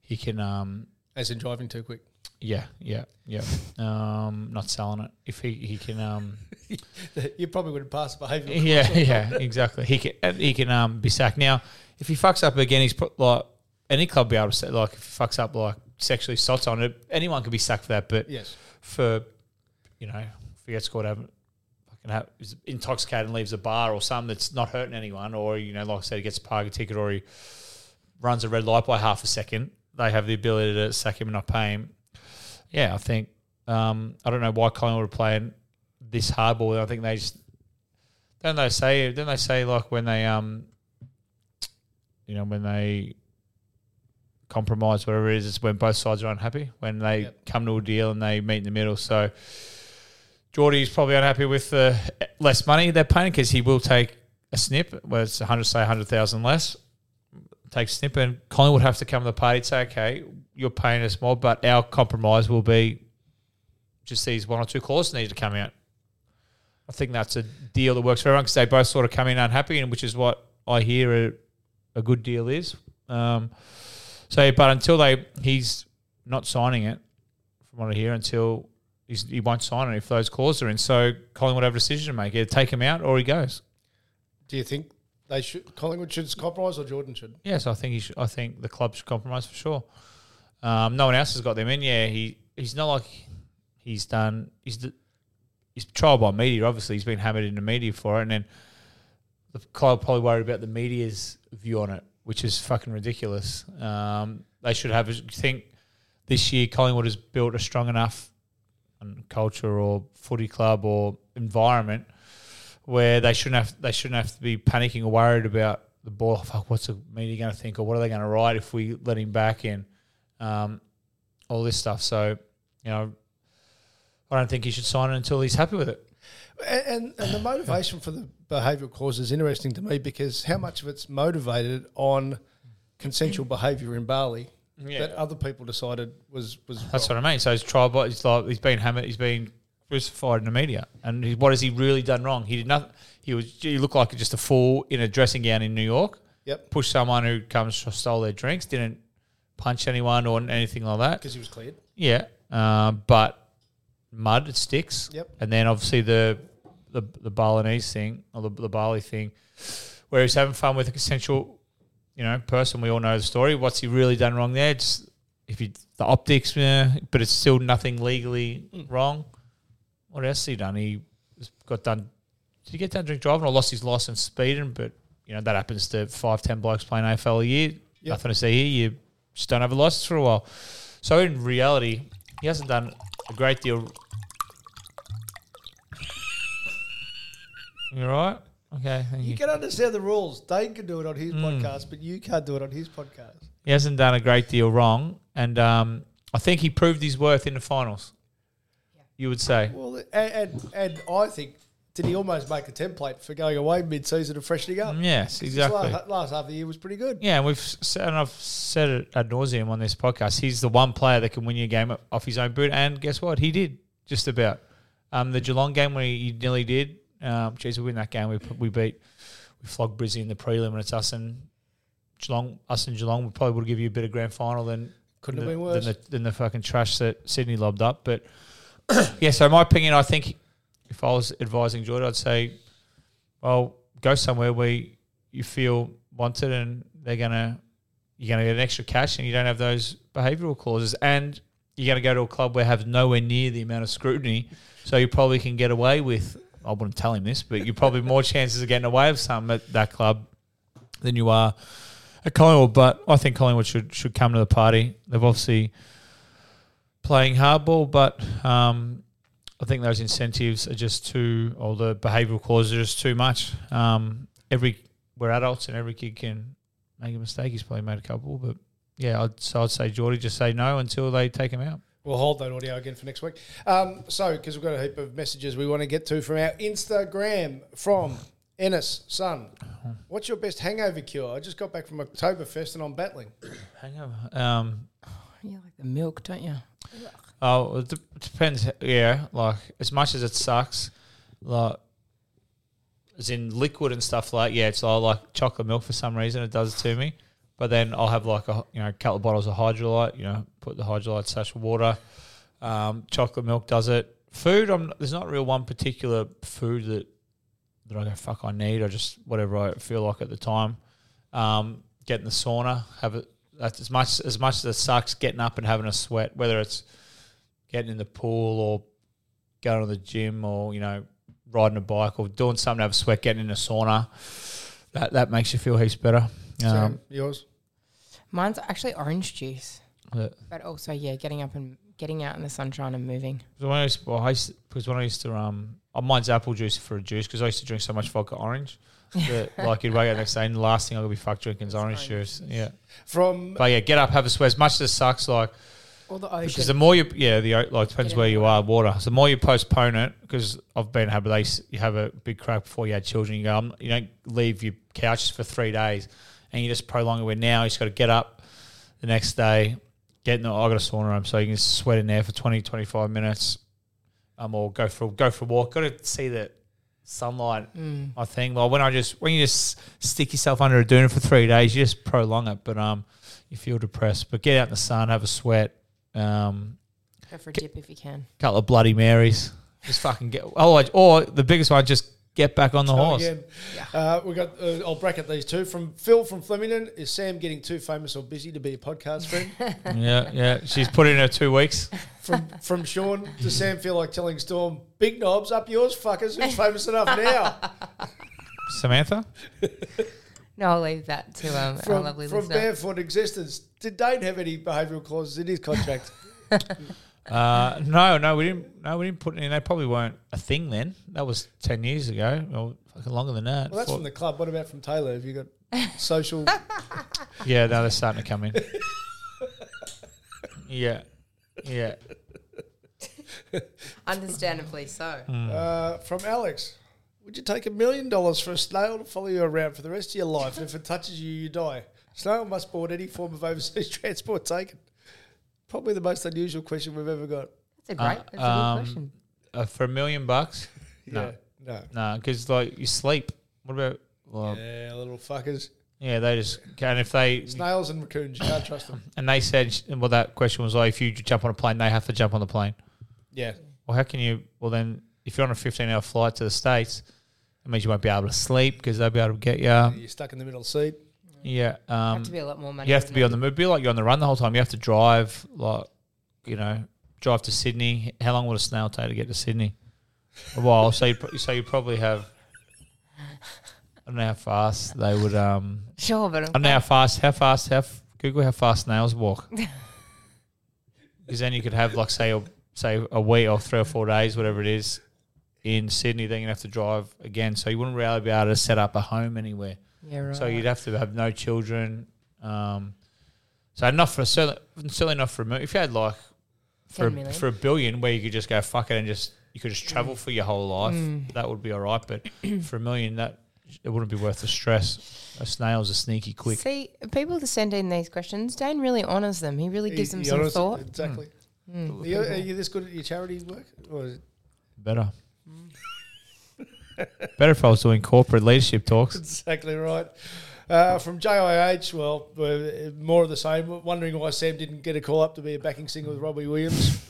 Speaker 3: he can um
Speaker 2: as in driving too quick.
Speaker 3: yeah yeah yeah um not selling it if he he can um
Speaker 2: you probably wouldn't pass behaviour.
Speaker 3: yeah yeah exactly he can and he can um be sacked now if he fucks up again he's put like any club be able to say like if he fucks up like sexually sots on it anyone could be sacked for that but
Speaker 2: Yes.
Speaker 3: for you know if he gets caught having fucking have, is intoxicated and leaves a bar or something that's not hurting anyone, or you know, like I said, he gets a parking ticket or he runs a red light by half a second, they have the ability to sack him and not pay him. Yeah, I think um, I don't know why Collingwood are playing this hardball. I think they just don't they say don't they say like when they um you know when they compromise whatever it is it's when both sides are unhappy when they
Speaker 2: Yep.
Speaker 3: come to a deal and they meet in the middle so Geordie's probably unhappy with the less money they're paying because he will take a snip where it's 100 say 100,000 less take a snip and Collingwood have to come to the party and say okay you're paying us more but our compromise will be just these one or two clauses need to come out I think that's a deal that works for everyone because they both sort of come in unhappy, and which is what I hear a, a good deal is. Um, so, but until they, he's not signing it, from what I hear, until he's, he won't sign it if those clauses are in. So, Colin would have a decision to make: either take him out or he goes.
Speaker 2: Do you think they should Collingwood should compromise or Jordan should?
Speaker 3: Yes, I think he should, I think the club should compromise for sure. Um, no one else has got them in. Yeah, he he's not like he's done. He's the, he's trial by media. Obviously, he's been hammered in the media for it, and then the club probably worried about the media's view on it, which is fucking ridiculous. Um, they should have. a- think this year Collingwood has built a strong enough um, culture or footy club or environment where they shouldn't have they shouldn't have to be panicking or worried about the ball. Oh, Fuck, what's the media going to think or what are they going to write if we let him back in? Um, all this stuff. So you know, I don't think he should sign it until he's happy with it.
Speaker 2: And, and, and the motivation for the behavioural clause is interesting to me because how much of it's motivated on consensual behaviour in Bali that other people decided was was
Speaker 3: That's
Speaker 2: wrong.
Speaker 3: what I mean. So his trial, by he's like he's been hammered, he's been crucified in the media, and he, what has he really done wrong? He did nothing. He was he looked like just a fool in a dressing gown in New York.
Speaker 2: Yep.
Speaker 3: Pushed someone who comes stole their drinks, didn't punch anyone or anything like that.
Speaker 2: because he was cleared.
Speaker 3: Yeah, um, but mud it sticks.
Speaker 2: Yep.
Speaker 3: And then obviously the the, the Balinese thing or the, the Bali thing, where he's having fun with a consensual, you know, person. We all know the story. What's he really done wrong there? Just if you the optics, eh, but it's still nothing legally wrong. What else he done? He was- got done. Did he get done drink driving or lost his license speeding? But you know that happens to five ten blokes playing AFL a year. Nothing to see here. You just don't have a license for a while. So in reality, he hasn't done a great deal. You right? Okay, thank you.
Speaker 2: You can understand the rules. Dane can do it on his
Speaker 3: Hmm.
Speaker 2: podcast, but you can't do it on his podcast.
Speaker 3: He hasn't done a great deal wrong, and um, I think he proved his worth in the finals. You would say,
Speaker 2: Well, and and, and I think did he almost make a template for going away mid-season and freshening up?
Speaker 3: yes,
Speaker 2: His
Speaker 3: Mm, exactly.
Speaker 2: Last, last half of the year was pretty good.
Speaker 3: Yeah, and we've said, and I've said it ad nauseum on this podcast. He's the one player that can win your game off his own boot, and guess what? He did just about. Um, the Geelong game when he nearly did. Um, geez, we win that game. We we beat we flogged Brizzy in the prelim, and it's us and Geelong. Us and Geelong. We probably would give you a better grand final than
Speaker 2: Couldn't
Speaker 3: than
Speaker 2: have been
Speaker 3: the-
Speaker 2: worse.
Speaker 3: than the, than the fucking trash that Sydney lobbed up. But yeah, so my opinion, I think if I was advising Jordan, I'd say, well, go somewhere where you feel wanted and they're gonna you're gonna get an extra cash and you don't have those behavioural clauses and you're gonna go to a club where have nowhere near the amount of scrutiny, so you probably can get away with. I wouldn't tell him this, but you're probably more chances of getting away with some at that club than you are at Collingwood. But I think Collingwood should should come to the party. They've obviously playing hardball, but um, I think those incentives are just too, or the behavioural clauses are just too much. Um, every we're adults, and every kid can make a mistake. He's probably made a couple, but yeah, I'd, so I'd say Geordie just say no until they take him out.
Speaker 2: We'll hold that audio again for next week. Um, so, because we've got a heap of messages we want to get to from our Instagram, from Ennis, son, what's your best hangover cure? I just got back from Oktoberfest and I'm battling.
Speaker 3: Hangover. Um,
Speaker 4: You like the milk, don't you?
Speaker 3: oh, it dep- depends. Yeah, like as much as it sucks, like as in liquid and stuff like yeah, it's all like chocolate milk for some reason it does it to me. But then I'll have like a you know couple of bottles of hydrolite. You know, put the hydrolite slash water. Um, chocolate milk does it. Food, I'm there's not real one particular food that that I go fuck I need. I just whatever I feel like at the time. Um, get in the sauna, have it. That's as much as much as it sucks. Getting up and having a sweat, whether it's getting in the pool or going to the gym or you know riding a bike or doing something to have a sweat, getting in a sauna, that that makes you feel heaps better. Um,
Speaker 2: Sam, yours?
Speaker 4: Mine's actually orange juice,
Speaker 3: that-
Speaker 4: but also yeah, getting up and getting out in the sunshine and moving.
Speaker 3: So when I used, well, I used to, because when I used to, um, oh, mine's apple juice for a juice because I used to drink so much vodka orange that like you'd wake up the next day and the last thing I could be fuck drinking is orange juice. Yeah,
Speaker 2: From
Speaker 3: but yeah, get up, have a sweat. As much as it sucks, like
Speaker 4: Or the ocean.
Speaker 3: because the more you, yeah, the o- like depends where you are, water. So the more you postpone it, because I've been have they s- you have a big crack before you had children. You go, I'm, you don't leave your couches for three days, and you just prolong it. Where now you just got to get up the next day, get in the I got a sauna room, so you can sweat in there for 20, 25 minutes, um, or go for go for a walk. Got to see that sunlight. I think. Well, when I just when you just stick yourself under a doona for three days, you just prolong it, but um, you feel depressed. But get out in the sun, have a sweat. Um,
Speaker 4: Go for a dip if you can.
Speaker 3: couple of Bloody Marys. Just fucking get. Oh, I- or the biggest one, just get back on the horse.
Speaker 2: again, uh, we got. Uh, I'll bracket these two. From Phil from Flemington, is Sam getting too famous or busy to be a podcast friend?
Speaker 3: Yeah, yeah. She's put in her two weeks.
Speaker 2: from from Sean, does Sam feel like telling Storm, "Big knobs up yours, fuckers"? Who's famous enough now?
Speaker 3: Samantha.
Speaker 4: No, I'll leave that to um, our
Speaker 2: From,
Speaker 4: lovely
Speaker 2: from
Speaker 4: listener.
Speaker 2: barefoot existence, did Dane have any behavioural clauses in his contract?
Speaker 3: Uh, no, no, we didn't. No, we didn't put in. They probably weren't a thing then. That was ten years ago, or fucking longer than that.
Speaker 2: Well, that's
Speaker 3: Four-
Speaker 2: from the club. What about from Taylor? Have you got social?
Speaker 3: Yeah, now they're starting to come in. yeah, yeah.
Speaker 4: Understandably so.
Speaker 3: Mm.
Speaker 2: uh, from Alex, would you take a million dollars for a snail to follow you around for the rest of your life? if it touches you, you die. Snail must board any form of overseas transport taken. Probably the most unusual question we've ever got.
Speaker 4: That's a great. That's a
Speaker 3: um,
Speaker 4: good question.
Speaker 3: Uh, for a million bucks, no,
Speaker 2: No.
Speaker 3: no, because like you sleep. What about? Well, yeah.
Speaker 2: Yeah, little fuckers.
Speaker 3: they just and if they
Speaker 2: Snails and raccoons, you can't trust them.
Speaker 3: and they said well that question was like if you jump on a plane they have to jump on the plane.
Speaker 2: Yeah.
Speaker 3: Well, how can you? Well, then if you're on a 15 hour flight to the states, it means you won't be able to sleep because they'll be able to get you.
Speaker 2: You're stuck in the middle of the seat.
Speaker 3: Yeah,
Speaker 4: have
Speaker 3: um,
Speaker 4: to be a lot more money.
Speaker 3: you have to
Speaker 4: wouldn't
Speaker 3: be
Speaker 4: it?
Speaker 3: on the move. Be like you're on the run the whole time. You have to drive, like you know, drive to Sydney. How long would a snail take to get to Sydney? A while. so you pro- so you probably have. I don't know how fast they would. Um,
Speaker 4: Sure, but I'm
Speaker 3: I don't know how fast. How fast? How f- Google how fast snails walk. Because then you could have like say a, say a week or three or four days, whatever it is, in Sydney. Then you'd have to drive again, so you wouldn't really be able to set up a home anywhere.
Speaker 4: yeah, right.
Speaker 3: So you'd have to have no children. Um, so not for certainly, certainly not for a million. If you had like for
Speaker 4: 10
Speaker 3: a,
Speaker 4: million. Mm.
Speaker 3: for a billion, where you could just go fuck it and just you could just travel for your whole life, that would be all right. But for a million, that it wouldn't be worth the stress. A snail's a sneaky quick.
Speaker 4: See, people that send in these questions, Dane really honours them. He really gives them
Speaker 2: You-
Speaker 4: some
Speaker 2: you're honest-
Speaker 4: thought. Hmm.
Speaker 2: Exactly. Are, you, are you this good at your charity work? Or is it-
Speaker 3: Better. Better if I was doing corporate leadership talks.
Speaker 2: exactly right. Uh, from JIH, well, uh, more of the same. Wondering why Sam didn't get a call up to be a backing singer with Robbie Williams.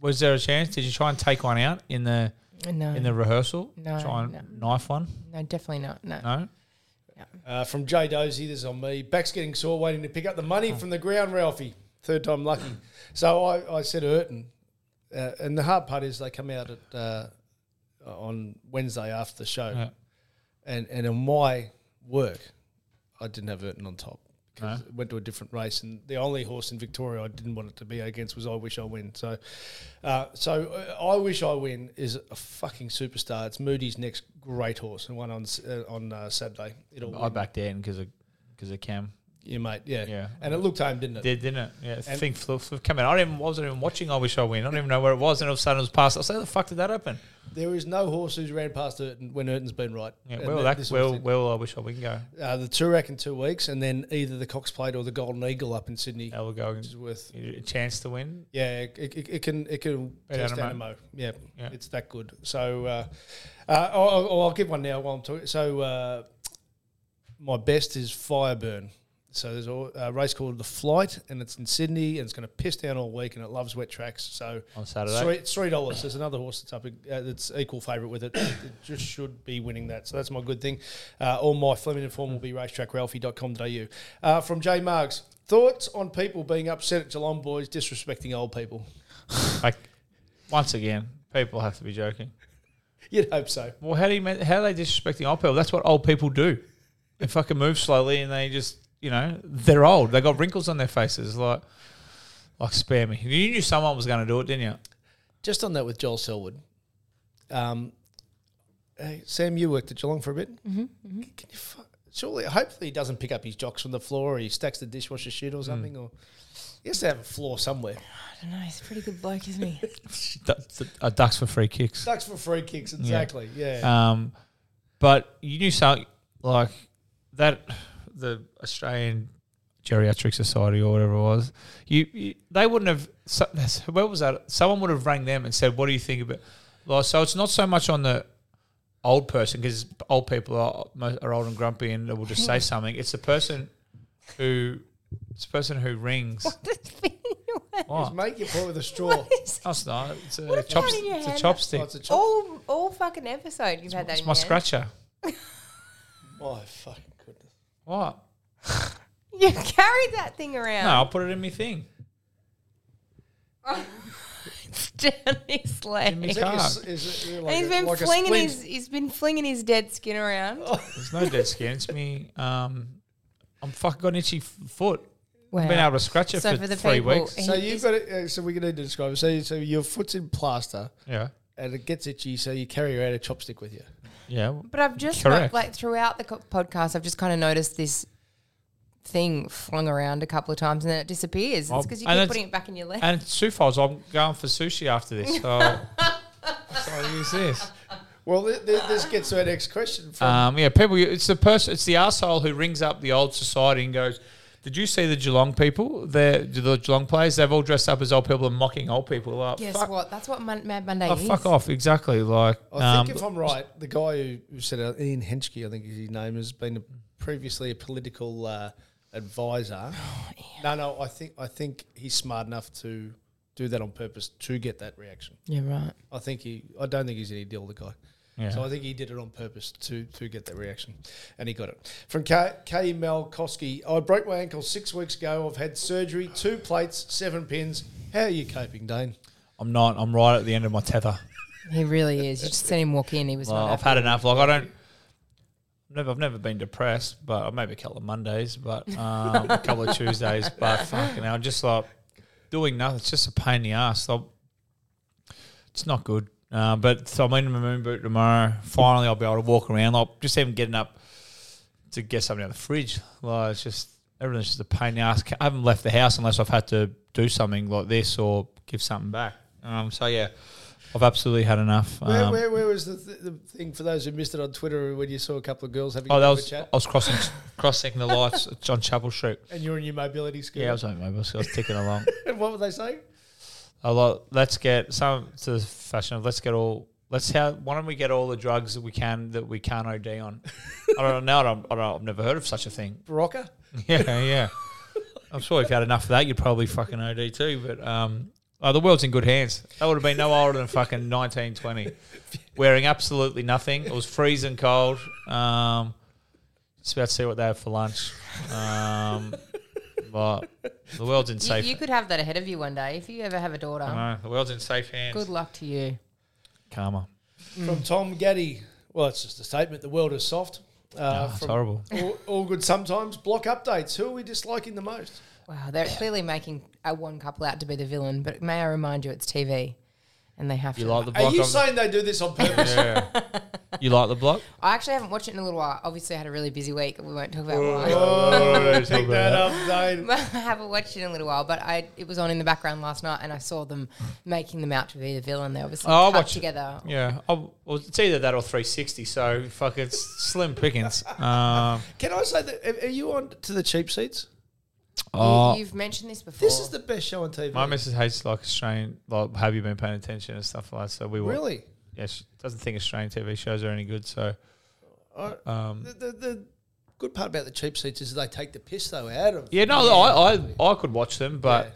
Speaker 3: Was there a chance? Did you try and take one out in the
Speaker 4: No,
Speaker 3: in the rehearsal?
Speaker 4: No,
Speaker 3: Try and
Speaker 4: no.
Speaker 3: knife one?
Speaker 4: no, definitely not. No.
Speaker 3: No.
Speaker 2: Uh, from Jay Dozy, this is on me. Back's getting sore, waiting to pick up the money from the ground, Ralphie. Third time lucky. So I, I said Urton. Uh, and the hard part is they come out at uh, on Wednesday after the show.
Speaker 3: Yeah.
Speaker 2: And and in my work, I didn't have Urton on top. Because it went to a different race, and the only horse in Victoria I didn't want it to be against was I Wish I Win. So, uh, so uh, I Wish I Win is a fucking superstar. It's Moody's next great horse, and one on s- uh, on uh, Saturday. It'll
Speaker 3: I
Speaker 2: win.
Speaker 3: backed in because of because of Cam.
Speaker 2: Yeah, mate. Yeah.
Speaker 3: Yeah.
Speaker 2: And it looked home, didn't it?
Speaker 3: Did didn't it? Yeah, I think flew, flew, came out. I didn't, wasn't even watching. I wish I win. I don't even know where it was, and all of a sudden it was past. I said, "How the fuck did that happen?"
Speaker 2: There is no horse who's ran past Erton when Erton's been right.
Speaker 3: Yeah,
Speaker 2: And
Speaker 3: well,
Speaker 2: th-
Speaker 3: that,
Speaker 2: this was
Speaker 3: well,
Speaker 2: the-
Speaker 3: well, I wish I we can go.
Speaker 2: uh, the Turak in two weeks, and then either the Cox Plate or the Golden Eagle up in Sydney,
Speaker 3: That will go
Speaker 2: which is worth.
Speaker 3: a chance to win.
Speaker 2: Yeah, it, it, it can it can
Speaker 3: Bet
Speaker 2: test
Speaker 3: Animo.
Speaker 2: Animo. Yeah,
Speaker 3: Yeah.
Speaker 2: it's that good. So, uh, uh, I'll, I'll- I'll give one now while I'm talking. So, uh, my best is Fireburn. So there's a, a race called the Flight, and it's in Sydney, and it's going to piss down all week, and it loves wet tracks. So
Speaker 3: On Saturday?
Speaker 2: three, it's three dollars. There's another horse that's up uh, that's equal favourite with it. It just should be winning that. So that's my good thing. Uh, all my Flemington form will be racetrackralphie.com.au. Uh, from Jay Marks, thoughts on people being upset at Geelong boys disrespecting old people?
Speaker 3: Like once again, people have to be joking.
Speaker 2: You'd hope so.
Speaker 3: Well, how do you mean, how are they disrespecting old people? That's what old people do. They fucking move slowly and they just you know they're old. They got wrinkles on their faces. Like like spare me. You knew someone was going to do it, didn't you?
Speaker 2: Just on that with Joel Selwood. Um, hey, Sam, you worked at Geelong for a bit. Mm-hmm, Can you fu- surely? Hopefully, he doesn't pick up his jocks from the floor, or he stacks the dishwasher shit, or something, or. He has to have a floor somewhere.
Speaker 4: I don't know. He's a pretty good bloke, isn't he?
Speaker 3: Du- uh, ducks for free kicks.
Speaker 2: Sucks for free kicks, exactly. Yeah.
Speaker 3: Um, but you knew something like that. The Australian Geriatric Society or whatever it was, you, you they wouldn't have. so- that's- Where was that? Someone would have rang them and said, "What do you think about?" Like, so it's not so much on the old person because old people are mo- are old and grumpy and they will just say something. It's the person who. It's the person who rings. What?
Speaker 2: Make your point with a straw.
Speaker 3: No, it's not. It's a,
Speaker 4: have you got
Speaker 3: chops-
Speaker 4: in your
Speaker 3: it's a
Speaker 4: hand?
Speaker 3: chopstick.
Speaker 2: Oh, it's a chop.
Speaker 4: all all fucking episode you've had that.
Speaker 3: it's
Speaker 4: in
Speaker 3: my
Speaker 4: your hand.
Speaker 3: scratcher.
Speaker 4: Oh.
Speaker 2: My oh, fucking goodness.
Speaker 3: What?
Speaker 4: You carried that thing around.
Speaker 3: No, I'll put it in my thing.
Speaker 4: down his leg.
Speaker 3: Jimmy
Speaker 4: And
Speaker 2: Is that your
Speaker 3: Carr.
Speaker 2: s- is it- you're like
Speaker 4: he's
Speaker 2: a-
Speaker 4: been
Speaker 2: like a
Speaker 4: flinging
Speaker 2: splint.
Speaker 4: his he's been flinging his dead skin around.
Speaker 3: There's no dead skin. It's me. Um, I'm fucking got an itchy f- foot.
Speaker 4: Wow.
Speaker 3: I've been able to scratch it
Speaker 4: So
Speaker 3: for,
Speaker 4: for the
Speaker 3: three
Speaker 4: people- eh.
Speaker 3: weeks.
Speaker 2: So
Speaker 4: he
Speaker 2: you've
Speaker 4: is-
Speaker 2: got it. Uh, so we need to describe. it. So, you- so your foot's in plaster
Speaker 3: Yeah,
Speaker 2: and it gets itchy. So you carry around a chopstick with you.
Speaker 3: yeah.
Speaker 4: But I've just
Speaker 3: Correct.
Speaker 4: like throughout the co- podcast, I've just kind of noticed this thing flung around a couple of times and then it disappears. It's because you
Speaker 3: and
Speaker 4: keep
Speaker 3: it's-
Speaker 4: putting it back in your leg.
Speaker 3: And it's two files. I'm going for sushi after this. So, so I use this.
Speaker 2: Well, th- th- this gets to our next question. From,
Speaker 3: Um, yeah, people. It's the person. It's the asshole who rings up the old society and goes, "Did you see the Geelong people? They're, the Geelong players. They've all dressed up as old people and mocking old people. Like,
Speaker 4: Guess
Speaker 3: fuck,
Speaker 4: what? That's what Mon- Mad Monday
Speaker 3: oh,
Speaker 4: is.
Speaker 3: fuck off. Exactly. Like,
Speaker 2: I
Speaker 3: um,
Speaker 2: think if I'm right, the guy who, who said it, Ian Henschke, I think is his name, has been a, previously a political uh, advisor. no, no, I think I think he's smart enough to do that on purpose to get that reaction.
Speaker 4: Yeah, right.
Speaker 2: I think he. I don't think he's any deal. The guy.
Speaker 3: Yeah.
Speaker 2: So I think he did it on purpose to to get that reaction, and he got it from K. K. Malkoski. I broke my ankle six weeks ago. I've had surgery, two plates, seven pins. How are you coping, Dane?
Speaker 3: I'm not. I'm right at the end of my tether.
Speaker 4: He really is. You just seen him walk in. He was
Speaker 3: Well,
Speaker 4: not.
Speaker 3: I've had enough. Like I don't. Never, I've never been depressed, but maybe a couple of Mondays, but um, a couple of Tuesdays. But fucking, hell, just like doing nothing. It's just a pain in the ass. I'll- it's not good. Uh, but so I'm in my moon boot tomorrow. Finally, I'll be able to walk around. Like just even getting up to get something out of the fridge. Like it's just everything's just a pain in the ass. I haven't left the house unless I've had to do something like this or give something back. Um, so yeah, I've absolutely had enough.
Speaker 2: Where,
Speaker 3: Um,
Speaker 2: where, where was the, th- the thing for those who missed it on Twitter when you saw a couple of girls having
Speaker 3: Oh,
Speaker 2: a
Speaker 3: that
Speaker 2: bit of a
Speaker 3: was I
Speaker 2: chat?
Speaker 3: was crossing crossing the lights at John Chapel Street.
Speaker 2: And you're in your mobility school.
Speaker 3: Yeah, I was on my bus. I was ticking along.
Speaker 2: and what were they saying?
Speaker 3: A lot. Let's get some to the fashion. of Let's get all. Let's have. Why don't we get all the drugs that we can that we can't OD on? I don't know. I don't, I don't, I've never heard of such a thing.
Speaker 2: Barocca?
Speaker 3: Yeah, yeah. I'm sure if you had enough of that, you'd probably fucking OD too. But um, oh, the world's in good hands. That would have been no older than fucking 1920. Wearing absolutely nothing. It was freezing cold. Um, just about to see what they have for lunch. Um, but the world's in
Speaker 4: You,
Speaker 3: safe.
Speaker 4: you could have that ahead of you one day if you ever have a daughter.
Speaker 3: no, the world's in safe hands.
Speaker 4: Good luck to you.
Speaker 3: Karma. Mm.
Speaker 2: From Tom Gaddy. Well, it's just a statement. The world is soft. Uh,
Speaker 3: Oh, it's
Speaker 2: from
Speaker 3: horrible.
Speaker 2: All, all good sometimes. Block updates. Who are we disliking the most?
Speaker 4: Wow, they're clearly making a one couple out to be the villain, but may I remind you, it's TV. and they have
Speaker 3: You
Speaker 4: to.
Speaker 3: like the block?
Speaker 2: Are you
Speaker 3: of the-
Speaker 2: saying they do this on purpose?
Speaker 3: yeah. You like the block?
Speaker 4: I actually haven't watched it in a little while. Obviously, I had a really busy week. We won't talk about why.
Speaker 2: oh, pick that up, Dane.
Speaker 4: I haven't watched it in a little while, but I it was on in the background last night, and I saw them making them out to be the villain. They obviously
Speaker 3: Oh, I
Speaker 4: cut
Speaker 3: watched it.
Speaker 4: together.
Speaker 3: Yeah. Oh, well, it's either that or 360. So fuck, it's slim pickings. Um,
Speaker 2: Can I say that? Are- Are you on to the cheap seats?
Speaker 4: you, you've mentioned this before.
Speaker 2: This is the best show on TV.
Speaker 3: Oh. my missus hates like Australian. Like, have you been paying attention and stuff like that? So we were.
Speaker 2: really?
Speaker 3: Yeah, she doesn't think Australian TV shows are any good. So
Speaker 2: The, the, the good part about the cheap seats is they take the piss though out of.
Speaker 3: yeah, no, I, I I could watch them, but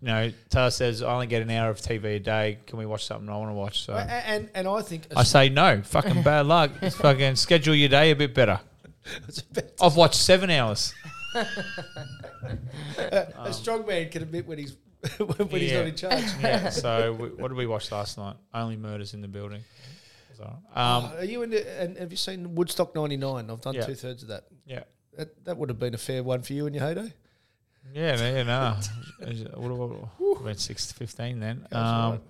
Speaker 3: you know, Taylor says I only get an hour of TV a day. Can we watch something I want to watch? So
Speaker 2: A- And and I think
Speaker 3: I say no. Fucking bad luck. It's fucking schedule your day a bit better. I've watched seven hours.
Speaker 2: a strong man can admit when he's when he's
Speaker 3: Um, Yeah.
Speaker 2: not in charge.
Speaker 3: Yeah. So we, what did we watch last night? Only murders in the building. So, um,
Speaker 2: Are you in? The, and have you seen Woodstock '99? I've done
Speaker 3: Yeah.
Speaker 2: two thirds of that.
Speaker 3: yeah.
Speaker 2: That that would have been a fair one for you and your heyday.
Speaker 3: Yeah, man, yeah, no. what, what, what, about six to fifteen then. Um,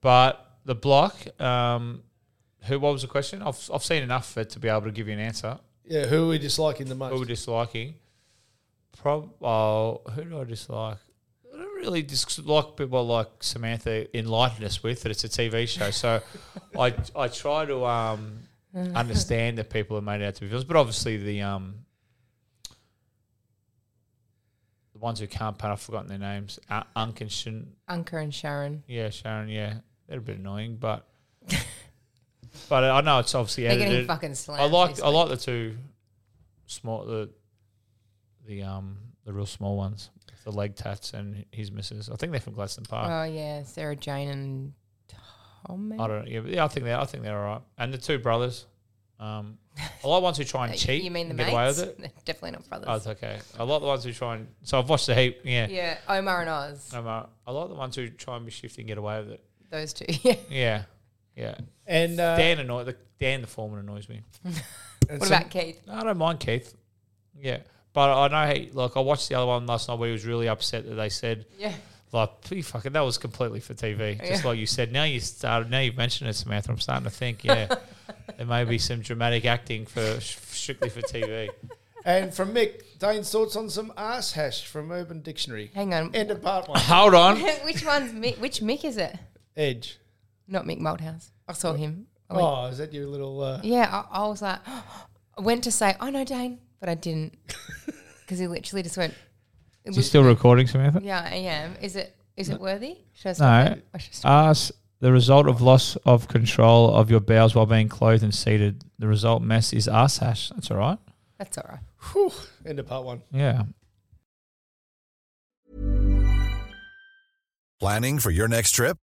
Speaker 3: but the block. Um, who? What was the question? I've I've seen enough of it to be able to give you an answer.
Speaker 2: Yeah, who are we disliking the most?
Speaker 3: Who were disliking? Prob. Oh, who do I dislike? I don't really dislike people like Samantha enlightened us with that it's a TV show. So I I try to um, understand that people are made out to be villains, but obviously the um, the ones who can't pay, I've forgotten their names. Uh, Unk and Shin,
Speaker 4: Unker and Sharon.
Speaker 3: yeah, Sharon, yeah, they're a bit annoying, but but I know it's obviously
Speaker 4: They're getting
Speaker 3: edited.
Speaker 4: fucking slammed.
Speaker 3: I like
Speaker 4: this
Speaker 3: I
Speaker 4: week.
Speaker 3: like the two small the the um the real small ones, the leg tats and his missus. I think they're from Gladstone Park.
Speaker 4: Oh yeah, Sarah Jane and Tom.
Speaker 3: I don't. Yeah, but yeah, I think they. I think they're all right. And the two brothers. Um, I like ones who try and cheat.
Speaker 4: You mean the
Speaker 3: and get away with
Speaker 4: mates?
Speaker 3: it?
Speaker 4: Definitely not brothers.
Speaker 3: Oh, it's okay. I like the ones who try and. So I've watched the heap. Yeah.
Speaker 4: yeah, Omar and Oz.
Speaker 3: Um, uh, I like the ones who try and be shifty and get away with it.
Speaker 4: Those two. Yeah.
Speaker 3: Yeah. Yeah.
Speaker 2: and uh,
Speaker 3: Dan annoy the Dan the foreman annoys me.
Speaker 2: and
Speaker 4: What
Speaker 2: some-
Speaker 4: about Keith?
Speaker 3: No, I don't mind Keith. Yeah. But I know he like I watched the other one last night where he was really upset that they said
Speaker 4: Yeah.
Speaker 3: like "Pee, fucking that was completely for TV. Just
Speaker 4: Yeah.
Speaker 3: like you said. Now you started now you've mentioned it, Samantha, I'm starting to think, yeah. there may be some dramatic acting for strictly for TV.
Speaker 2: and from Mick, Dane's thoughts on some ass hash from Urban Dictionary.
Speaker 4: Hang on.
Speaker 2: End of part one.
Speaker 3: Hold on.
Speaker 4: which one's Mick? Which Mick is it?
Speaker 2: Edge.
Speaker 4: Not Mick Malthouse. I saw him. I went,
Speaker 2: Oh, is that your little? Uh,
Speaker 4: Yeah, I, I was like, I went to say, "Oh no, Dane," but I didn't because he literally just went. It
Speaker 3: Is he still recording, Samantha?
Speaker 4: yeah, I am. Is it is it worthy? Should I stop
Speaker 3: No.
Speaker 4: it? I should stop.
Speaker 3: Ass, Uh, the result of loss of control of your bowels while being clothed and seated. The result mess is arse hash. That's all right.
Speaker 4: That's all right.
Speaker 2: whew, end of part one.
Speaker 3: Yeah.
Speaker 6: Planning for your next trip?